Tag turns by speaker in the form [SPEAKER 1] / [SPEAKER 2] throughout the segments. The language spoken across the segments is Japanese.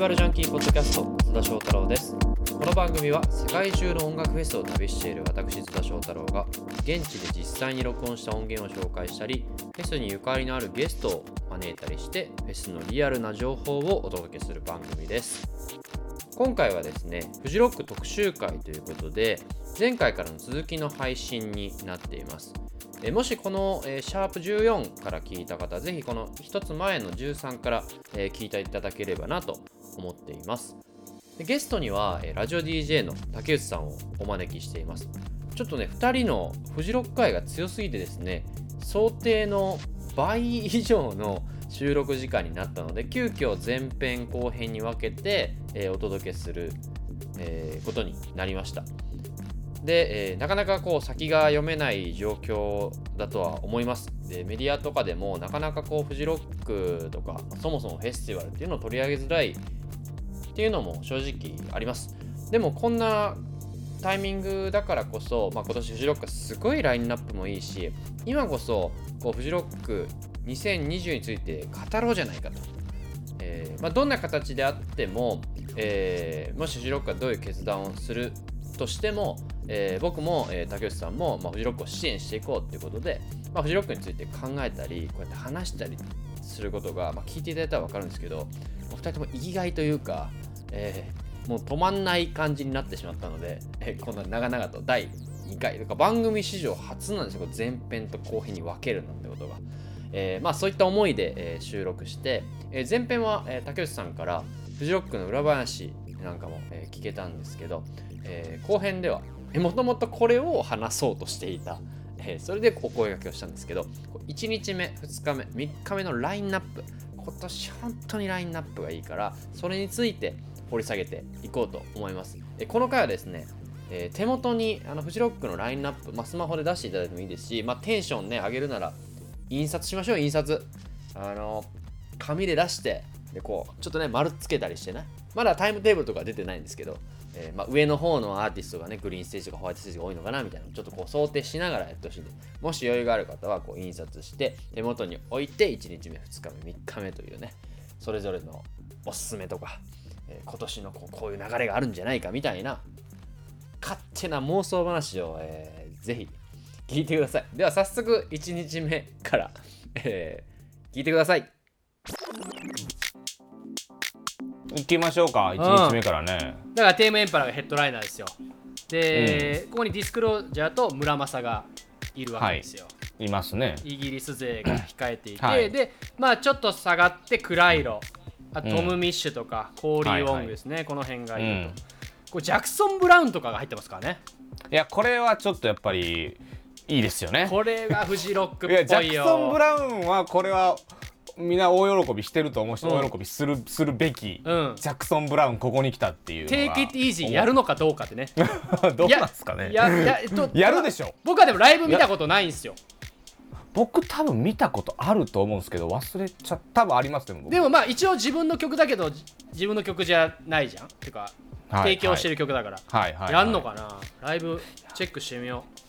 [SPEAKER 1] バルジャンキーポッドキャスト津田翔太郎ですこの番組は世界中の音楽フェスを旅している私津田翔太郎が現地で実際に録音した音源を紹介したりフェスにゆかりのあるゲストを招いたりしてフェスのリアルな情報をお届けする番組です今回はですねフジロック特集会ということで前回からの続きの配信になっていますえーもしこの、えーシャープ14から聞いた方ぜひこの1つ前の13から、えー聞いていただければなと思っていますでゲストには、えーラジオ DJ の竹内さんをお招きしていますちょっとね2人のフジロック界が強すぎてですね想定の倍以上の収録時間になったので急遽前編後編に分けて、えーお届けする、えーことになりましたで、えーなかなかこう先が読めない状況だとは思いますでメディアとかでもなかなかこうフジロックとかそもそもフェスティバルっていうのを取り上げづらいっていうのも正直ありますでもこんなタイミングだからこそ、まあ、今年フジロックはすごいラインナップもいいし今こそこうフジロック2020について語ろうじゃないかと、えーまあ、どんな形であっても、えーもしフジロックがどういう決断をするとしても、えー僕も、えー竹内さんも、まあ、フジロックを支援していこうっていうことで、まあ、フジロックについて考えたりこうやって話したりすることが、まあ、聞いていただいたら分かるんですけどお二人とも生きがいというか、えーもう止まんない感じになってしまったので、えーこんな長々と第2回とか番組史上初なんですよこう前編と後編に分けるなんてことが。えーまあ、そういった思いで、えー収録して、えー前編は、えー竹内さんからフジロックの裏話なんかも、えー聞けたんですけど、えー後編ではもともとこれを話そうとしていた、えーそれでお声掛けをしたんですけどこう1日目2日目3日目のラインナップ今年本当にラインナップがいいからそれについて掘り下げていこうと思います、えーこの回はですねえー手元にあのフジロックのラインナップ、まあ、スマホで出していただいてもいいですし、まあ、テンションね上げるなら印刷しましょう印刷あの紙で出してでこうちょっとね丸つけたりしてねまだタイムテーブルとか出てないんですけど、えーまあ、上の方のアーティストがねグリーンステージとかホワイトステージが多いのかなみたいなちょっとこう想定しながらやってほしいんでもし余裕がある方はこう印刷して手元に置いて1日目2日目3日目というねそれぞれのおすすめとか、えー今年のこうこういう流れがあるんじゃないかみたいな勝手な妄想話を、えーぜひ聞いてくださいでは早速1日目から、えー聞いてください
[SPEAKER 2] 行きましょうか1日目からね、
[SPEAKER 3] だからテーマエンパラーがヘッドライナーですよで、ここにディスクロージャーと村正がいるわけですよ、
[SPEAKER 2] いますね
[SPEAKER 3] イギリス勢が控えていて、
[SPEAKER 2] はい
[SPEAKER 3] でまあちょっと下がってクライロあ
[SPEAKER 2] うん
[SPEAKER 3] トム・ミッシュとか、コーリー・ウォングですね、この辺が
[SPEAKER 2] う
[SPEAKER 3] いると、
[SPEAKER 2] ん
[SPEAKER 3] これジャクソン・ブラウンとかが入ってますから ね
[SPEAKER 2] いやこれはちょっとやっぱりいいですよね
[SPEAKER 3] これがフジロック
[SPEAKER 2] いや
[SPEAKER 3] っ
[SPEAKER 2] ジ
[SPEAKER 3] ぽ
[SPEAKER 2] ャ
[SPEAKER 3] い
[SPEAKER 2] ク
[SPEAKER 3] よ
[SPEAKER 2] ソン・ブラウンはこれはみんな大喜びしてると思うし、
[SPEAKER 3] うん
[SPEAKER 2] 大喜びするするべき、
[SPEAKER 3] うん
[SPEAKER 2] ジャクソン・ブラウンここに来たっていうのが
[SPEAKER 3] Take it easy やるのかどうかってね
[SPEAKER 2] どうなんすかね
[SPEAKER 3] い
[SPEAKER 2] や
[SPEAKER 3] やいやえっと
[SPEAKER 2] るでしょ
[SPEAKER 3] 僕はでもライブ見たことないんですよ
[SPEAKER 2] 僕多分見たことあると思うんですけど忘れちゃ多分ありますね僕
[SPEAKER 3] でもまあ一応自分の曲だけどじ自分の曲じゃないじゃんっていうか
[SPEAKER 2] はい
[SPEAKER 3] 提供してる曲だから、
[SPEAKER 2] はいはい、はい、
[SPEAKER 3] やんのかな、ライブチェックしてみよう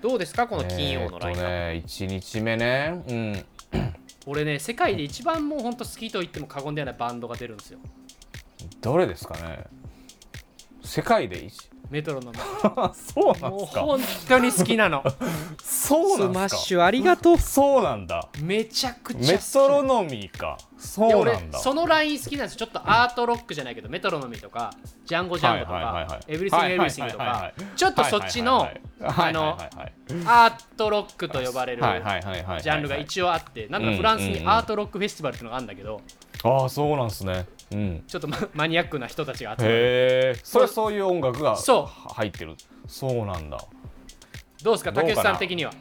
[SPEAKER 3] どうですかこの金曜のラインナップ、
[SPEAKER 2] えーっとね1日目ねうん
[SPEAKER 3] 俺ね世界で一番もうほんと好きと言っても過言ではないバンドが出るんですよ
[SPEAKER 2] どれですかね世界で一
[SPEAKER 3] メトロの
[SPEAKER 2] あそうなん
[SPEAKER 3] もう
[SPEAKER 2] ですか
[SPEAKER 3] 本当に好きなの
[SPEAKER 2] そう
[SPEAKER 4] ス
[SPEAKER 2] な
[SPEAKER 4] マ
[SPEAKER 2] ん
[SPEAKER 4] ッ
[SPEAKER 2] です
[SPEAKER 4] シ
[SPEAKER 2] か
[SPEAKER 4] ュありがとう。
[SPEAKER 2] そうなんだ
[SPEAKER 3] めちゃくちゃ好き
[SPEAKER 2] メトロノミーか
[SPEAKER 3] いや
[SPEAKER 2] そう
[SPEAKER 3] 俺
[SPEAKER 2] なんだ
[SPEAKER 3] そのライン好きなんですよちょっとアートロックじゃないけどメトロノミーとかジャンゴジャンゴと
[SPEAKER 2] はいはいはいは
[SPEAKER 3] か
[SPEAKER 2] い
[SPEAKER 3] エブリスングエブリシングと
[SPEAKER 2] はいはいは
[SPEAKER 3] か
[SPEAKER 2] いはい
[SPEAKER 3] ちょっとそっちの
[SPEAKER 2] はいは
[SPEAKER 3] あ
[SPEAKER 2] いはい
[SPEAKER 3] の
[SPEAKER 2] はいはい
[SPEAKER 3] アートロックと呼ばれる
[SPEAKER 2] はいはいはいはいはい
[SPEAKER 3] ジャンルが一応あってなんかフランスにアートロックフェスティバルっていうのがあるんだけど
[SPEAKER 2] ああそうなんですねうん
[SPEAKER 3] ちょっとママニアックな人たちが集まる
[SPEAKER 2] へえそれはそういう音楽が
[SPEAKER 3] そう
[SPEAKER 2] 入ってるそうなんだ
[SPEAKER 3] どうですか
[SPEAKER 2] どうか
[SPEAKER 3] 竹
[SPEAKER 2] な
[SPEAKER 3] 内さん的には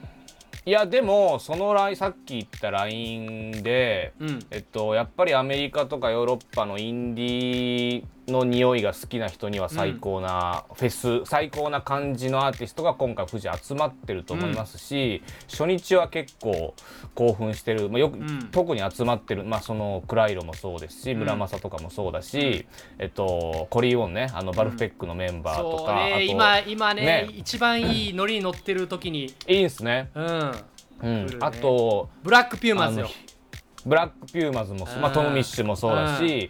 [SPEAKER 3] い
[SPEAKER 2] やでもそのラインさっき言ったラインで、
[SPEAKER 3] うん
[SPEAKER 2] えっと、やっぱりアメリカとかヨーロッパのインディーの匂いが好きな人には最高なフェス、最高な感じのアーティストが今回富士集まってると思いますし、初日は結構興奮してる、まあよく
[SPEAKER 3] ん
[SPEAKER 2] 特に集まってる、まあ、そのクライロもそうですし村正とかもそうだし、えっと、コリー・ウォンねあのバルフペックのメンバーと
[SPEAKER 3] そう
[SPEAKER 2] か、あ
[SPEAKER 3] ね
[SPEAKER 2] と
[SPEAKER 3] 今今ね
[SPEAKER 2] ね
[SPEAKER 3] 一番いいノリに乗ってる時に、
[SPEAKER 2] いいんすね。
[SPEAKER 3] うん、
[SPEAKER 2] うん
[SPEAKER 3] 来るね
[SPEAKER 2] あと
[SPEAKER 3] ブラックピューマンズよ
[SPEAKER 2] あのブラックピューマズもそうまあ、
[SPEAKER 3] うん
[SPEAKER 2] トム・ミッシュもそうだし、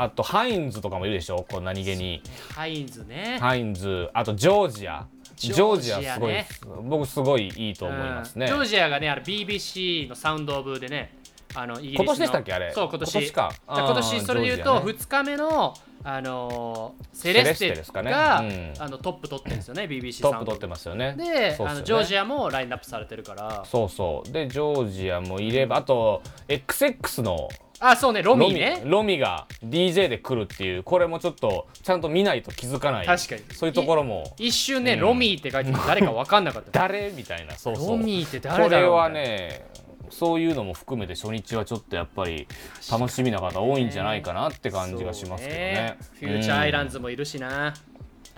[SPEAKER 2] あとハインズとかもいるでしょこう何気に
[SPEAKER 3] ハインズね。
[SPEAKER 2] ハインズあとジョージア
[SPEAKER 3] ジ
[SPEAKER 2] ジ
[SPEAKER 3] ョ
[SPEAKER 2] ョー
[SPEAKER 3] ー
[SPEAKER 2] ジ
[SPEAKER 3] ジア
[SPEAKER 2] ア
[SPEAKER 3] ね
[SPEAKER 2] すごいです僕すごいいいと思いますね、
[SPEAKER 3] うんジョージアがね、あの BBC のサウンドオブでね、あのイギリスの
[SPEAKER 2] 今年でしたっけあれ
[SPEAKER 3] そう、今年。
[SPEAKER 2] 今年か
[SPEAKER 3] じゃあ今年
[SPEAKER 2] うん
[SPEAKER 3] それで言う
[SPEAKER 2] ジョー
[SPEAKER 3] と、
[SPEAKER 2] ジアね
[SPEAKER 3] 2日目の、あのーセレ
[SPEAKER 2] レ
[SPEAKER 3] ス
[SPEAKER 2] ステ
[SPEAKER 3] テ
[SPEAKER 2] ですかね
[SPEAKER 3] が、
[SPEAKER 2] うん
[SPEAKER 3] あのトップ取ってるんですよね、BBC
[SPEAKER 2] ト
[SPEAKER 3] サ
[SPEAKER 2] ッ
[SPEAKER 3] ウ
[SPEAKER 2] プ
[SPEAKER 3] ン
[SPEAKER 2] 取
[SPEAKER 3] ドオ
[SPEAKER 2] って
[SPEAKER 3] ブ。
[SPEAKER 2] ますよね
[SPEAKER 3] で、
[SPEAKER 2] そうっすよ
[SPEAKER 3] あの
[SPEAKER 2] ね
[SPEAKER 3] ジョージアもラインナップされてるから、
[SPEAKER 2] そうそうでジョージアもいればあと XX の
[SPEAKER 3] あ、そうね、ロミーね。
[SPEAKER 2] ロミが DJ で来るっていうこれもちょっとちゃんと見ないと気づかない
[SPEAKER 3] 確かに
[SPEAKER 2] そういうところも
[SPEAKER 3] 一瞬ね、
[SPEAKER 2] うん
[SPEAKER 3] ロミーって書いてて誰か分かんなかった。
[SPEAKER 2] 誰みたいな そうそう
[SPEAKER 3] ロミーって
[SPEAKER 2] こ
[SPEAKER 3] 誰だ
[SPEAKER 2] れ
[SPEAKER 3] ろう
[SPEAKER 2] はねそういうのも含めて初日はちょっとやっぱり楽しみな方多いんじゃないかなって感じがしますけどね
[SPEAKER 3] そうねフューチャーアイラン
[SPEAKER 2] ズ、
[SPEAKER 3] ズもいるしな。
[SPEAKER 2] うん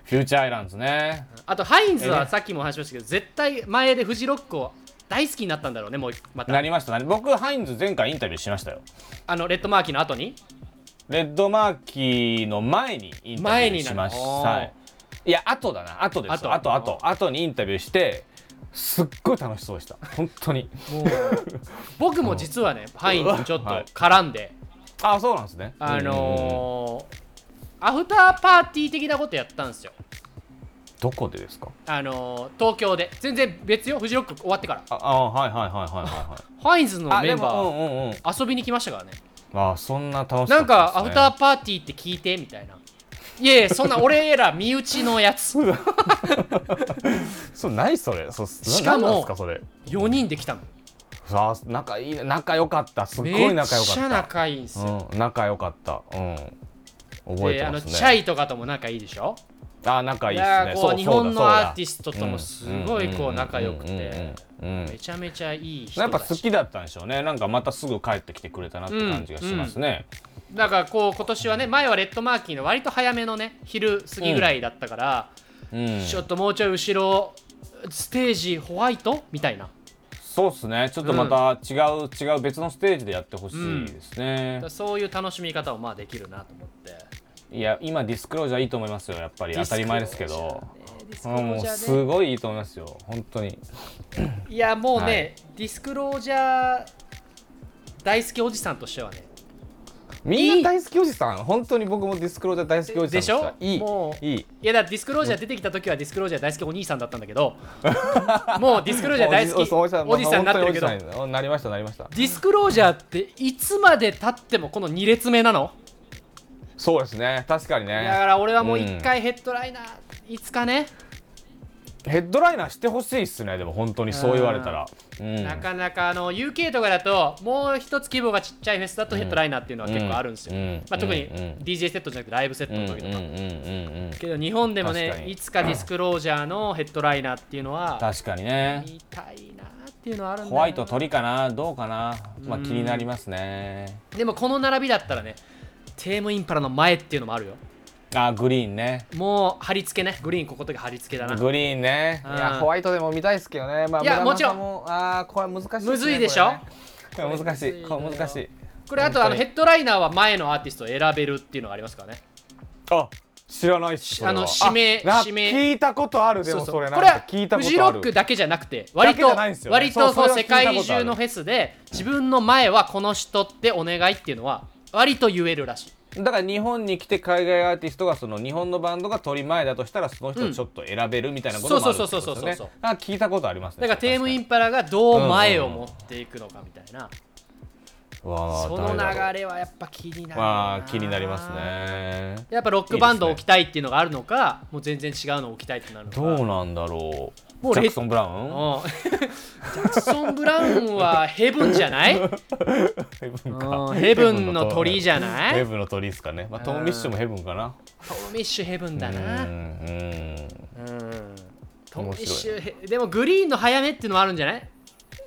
[SPEAKER 2] フューチャーアイランズね
[SPEAKER 3] あとハインズ
[SPEAKER 2] え
[SPEAKER 3] は
[SPEAKER 2] ね
[SPEAKER 3] さっきも話しましたけど、絶対前でフジロックを大好きになったんだろうね、もうま
[SPEAKER 2] な
[SPEAKER 3] た。
[SPEAKER 2] りましたね僕ハインズ前回インタビューしましたよ
[SPEAKER 3] あのレッドマーキーの後に。
[SPEAKER 2] レッドマーキーの前にインタビューしました、
[SPEAKER 3] 前になの
[SPEAKER 2] はい、いや後だな後です
[SPEAKER 3] 後
[SPEAKER 2] 後後後後にインタビューしてすっごい楽しそうでした本当に
[SPEAKER 3] もう僕も実はね、ハインズちょっと
[SPEAKER 2] はい
[SPEAKER 3] 絡んで、
[SPEAKER 2] あそうなんですね
[SPEAKER 3] あのーアフターパーティー的なことやったんですよ。
[SPEAKER 2] ー、どこでですか
[SPEAKER 3] あのー東京で。全然別よ、フジロック終わってから。
[SPEAKER 2] ああはいはいはいはいはいはい
[SPEAKER 3] ハインズの
[SPEAKER 2] あ
[SPEAKER 3] メ
[SPEAKER 2] で
[SPEAKER 3] ンバー
[SPEAKER 2] もうんうんうん
[SPEAKER 3] 遊びに来ましたからね。
[SPEAKER 2] あそんな楽し
[SPEAKER 3] なんかア
[SPEAKER 2] ったで
[SPEAKER 3] フ
[SPEAKER 2] すね
[SPEAKER 3] ターパーティーって聞いてみたいな。いやいや、そんな俺ら身内の やつ。
[SPEAKER 2] そうないそれそう
[SPEAKER 3] しかも
[SPEAKER 2] なんなんですかそれ
[SPEAKER 3] 4人で来たの。
[SPEAKER 2] あ仲いいね仲良かったすっご
[SPEAKER 3] め
[SPEAKER 2] い
[SPEAKER 3] っ
[SPEAKER 2] 仲良かっ
[SPEAKER 3] ちゃ
[SPEAKER 2] た
[SPEAKER 3] 仲いいんですよ。
[SPEAKER 2] うん、仲良かったうん覚え
[SPEAKER 3] で
[SPEAKER 2] て
[SPEAKER 3] あ
[SPEAKER 2] ま
[SPEAKER 3] の
[SPEAKER 2] す
[SPEAKER 3] チ
[SPEAKER 2] ね
[SPEAKER 3] ャイとかとも仲いいでしょ
[SPEAKER 2] あー仲いいで
[SPEAKER 3] や
[SPEAKER 2] すね
[SPEAKER 3] ーこ
[SPEAKER 2] そうう
[SPEAKER 3] 日
[SPEAKER 2] そうだ
[SPEAKER 3] 本
[SPEAKER 2] そう
[SPEAKER 3] の
[SPEAKER 2] だ
[SPEAKER 3] アーティストともすごいこう仲良くて
[SPEAKER 2] うんうんうんうんうんうん
[SPEAKER 3] めちゃめちゃいい人
[SPEAKER 2] やっぱ
[SPEAKER 3] だ
[SPEAKER 2] 好
[SPEAKER 3] し
[SPEAKER 2] きだったんでしょうねなんかまたすぐ帰ってきてくれたなって感じがしますね、
[SPEAKER 3] だからこう今年はね前はレッドマーキーの割と早めのね昼過ぎぐらいだったから
[SPEAKER 2] うん
[SPEAKER 3] ちょっともうちょい後ろステージホワイトみたいな
[SPEAKER 2] そうっすねちょっとまた違う、違う別のステージでやってほしいですね
[SPEAKER 3] だから、そういう楽しみ方をまあできるなと思って
[SPEAKER 2] いや今ディスクロージャーいいと思いますよやっぱり当たり前ですけど
[SPEAKER 3] ディスク
[SPEAKER 2] う
[SPEAKER 3] ロ
[SPEAKER 2] んも
[SPEAKER 3] ー
[SPEAKER 2] う
[SPEAKER 3] ジャーね
[SPEAKER 2] すごいいいと思いますよ本当に
[SPEAKER 3] いやもうね、
[SPEAKER 2] はい
[SPEAKER 3] ディスクロージャー大好きおじさんとしてはね
[SPEAKER 2] みんな大好きおじさん本当に僕もディスクロージャー大好きおじさんした
[SPEAKER 3] でしょ
[SPEAKER 2] いい
[SPEAKER 3] もう
[SPEAKER 2] いい
[SPEAKER 3] いやだからディスクロージャー出てきた時はディスクロージャー大好きお兄さんだったんだけど もうディスクロージャー大好き
[SPEAKER 2] おじさん
[SPEAKER 3] おじさんになってるけど
[SPEAKER 2] 本当におじさんになりましたなりました
[SPEAKER 3] ディスクロージャーっていつまでたってもこの2列目なの
[SPEAKER 2] そうですね確かに
[SPEAKER 3] だ
[SPEAKER 2] ね
[SPEAKER 3] から俺はもう1回ヘッドライナーいつかね、
[SPEAKER 2] ヘッドライナーしてほしいっすねでも本当にそう言われたら、うん
[SPEAKER 3] なかなかあの UK とかだともう一つ規模がちっちゃいフェスだとヘッドライナーっていうのは結構あるんですよ、
[SPEAKER 2] うんうん
[SPEAKER 3] まあ、特に
[SPEAKER 2] うん
[SPEAKER 3] DJ セットじゃなくてライブセットの時とか、
[SPEAKER 2] うんうんうんうんうん
[SPEAKER 3] けど日本でも
[SPEAKER 2] 確か
[SPEAKER 3] ね
[SPEAKER 2] に
[SPEAKER 3] いつかディスクロージャーのヘッドライナーっていうのは
[SPEAKER 2] 確かにね
[SPEAKER 3] 見たいなっていうのはあるんだよな
[SPEAKER 2] ホワイト鳥かなどうかなまあ気になりますね
[SPEAKER 3] でもこの並びだったらねテームインパラの前っていうのもあるよ
[SPEAKER 2] あグリーンね
[SPEAKER 3] もう貼り付けねグリーンこことが貼り付けだな
[SPEAKER 2] グリーンね
[SPEAKER 3] うん
[SPEAKER 2] いやホワイトでも見たいですけどねまあ
[SPEAKER 3] いや
[SPEAKER 2] 村
[SPEAKER 3] もちろん
[SPEAKER 2] 正もあーこれ難しいすね
[SPEAKER 3] むずいでしょ
[SPEAKER 2] これねこれ難しい
[SPEAKER 3] こ
[SPEAKER 2] こ
[SPEAKER 3] れむず
[SPEAKER 2] れ
[SPEAKER 3] いのよ
[SPEAKER 2] 難しい
[SPEAKER 3] これあとあの
[SPEAKER 2] 本当に
[SPEAKER 3] ヘッドライナーは前のアーティストを選べるっていうのがありますからね
[SPEAKER 2] あ知らないっすそれは
[SPEAKER 3] あの指名
[SPEAKER 2] あな
[SPEAKER 3] 指名
[SPEAKER 2] 聞いたことあるでもそれ
[SPEAKER 3] こ
[SPEAKER 2] なん
[SPEAKER 3] れ
[SPEAKER 2] か
[SPEAKER 3] は
[SPEAKER 2] 聞いた
[SPEAKER 3] フ
[SPEAKER 2] こと
[SPEAKER 3] ジロ
[SPEAKER 2] あ
[SPEAKER 3] ッ
[SPEAKER 2] る
[SPEAKER 3] クだけじゃなくて割
[SPEAKER 2] だけ
[SPEAKER 3] と
[SPEAKER 2] じゃないんですよね
[SPEAKER 3] 割と
[SPEAKER 2] そう
[SPEAKER 3] そう
[SPEAKER 2] それ
[SPEAKER 3] 世
[SPEAKER 2] は聞いたことある
[SPEAKER 3] 界中のフェスで自分の前はこの人ってお願いっていうのは割と言えるらしい
[SPEAKER 2] だから日本に来て海外アーティストがその日本のバンドが取り前だとしたらその人をちょっと選べるみたいなこともあるってことです
[SPEAKER 3] そう
[SPEAKER 2] よ
[SPEAKER 3] そうそうそう
[SPEAKER 2] ね
[SPEAKER 3] そう
[SPEAKER 2] なんか聞いたことありますね
[SPEAKER 3] だからテームインパラがどう前を持っていくのかみたいな
[SPEAKER 2] わあ
[SPEAKER 3] その
[SPEAKER 2] 誰だろう
[SPEAKER 3] 流れはやっぱ気になる
[SPEAKER 2] わあ
[SPEAKER 3] な
[SPEAKER 2] 気になりますね
[SPEAKER 3] やっぱロックバンドを置きたいっていうのがあるのかもう全然違うのを置きたいってなるのか
[SPEAKER 2] どうなんだろう
[SPEAKER 3] もうレ
[SPEAKER 2] ジャクソン・ブラウン
[SPEAKER 3] うんジャクソン・ブラウンはヘブンじゃない
[SPEAKER 2] ヘブン
[SPEAKER 3] う
[SPEAKER 2] か
[SPEAKER 3] んヘブンの鳥じゃない
[SPEAKER 2] ヘブンの鳥ですかね、まあ、トム・ミッシュもヘブンかな
[SPEAKER 3] トム・ミッシュヘブンだ
[SPEAKER 2] うん
[SPEAKER 3] な
[SPEAKER 2] うん
[SPEAKER 3] うんトム・
[SPEAKER 2] 面白い
[SPEAKER 3] ミッシュヘでもグリーンの早めっていうのもあるんじゃない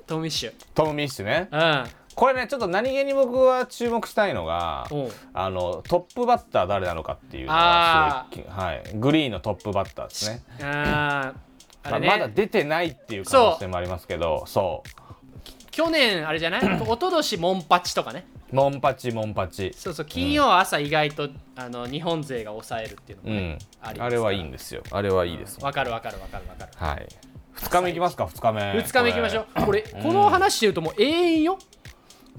[SPEAKER 3] トム・ミッシュ
[SPEAKER 2] トム・ミッシュね
[SPEAKER 3] う
[SPEAKER 2] これねちょっと何気に僕は注目したいのが
[SPEAKER 3] んうん
[SPEAKER 2] あのトップバッター誰なのかっていうのがすごい、はい、グリーンのトップバッターですね
[SPEAKER 3] あーあれね、
[SPEAKER 2] まあまだ出てないっていう可能性もありますけどそう
[SPEAKER 3] 去年あれじ ゃない一昨年モンパチとかね
[SPEAKER 2] モンパチモンパチ
[SPEAKER 3] そうそう金曜朝意外と、あの日本勢が抑えるっていうの
[SPEAKER 2] う
[SPEAKER 3] もね、
[SPEAKER 2] ん
[SPEAKER 3] ありますから
[SPEAKER 2] あれはいいんですよあれはいいです、
[SPEAKER 3] わかるわかるわかるわかる
[SPEAKER 2] はい2日目いきますか2日目
[SPEAKER 3] 2日目行きましょうこれ
[SPEAKER 2] ん
[SPEAKER 3] この話で言うともう永遠よ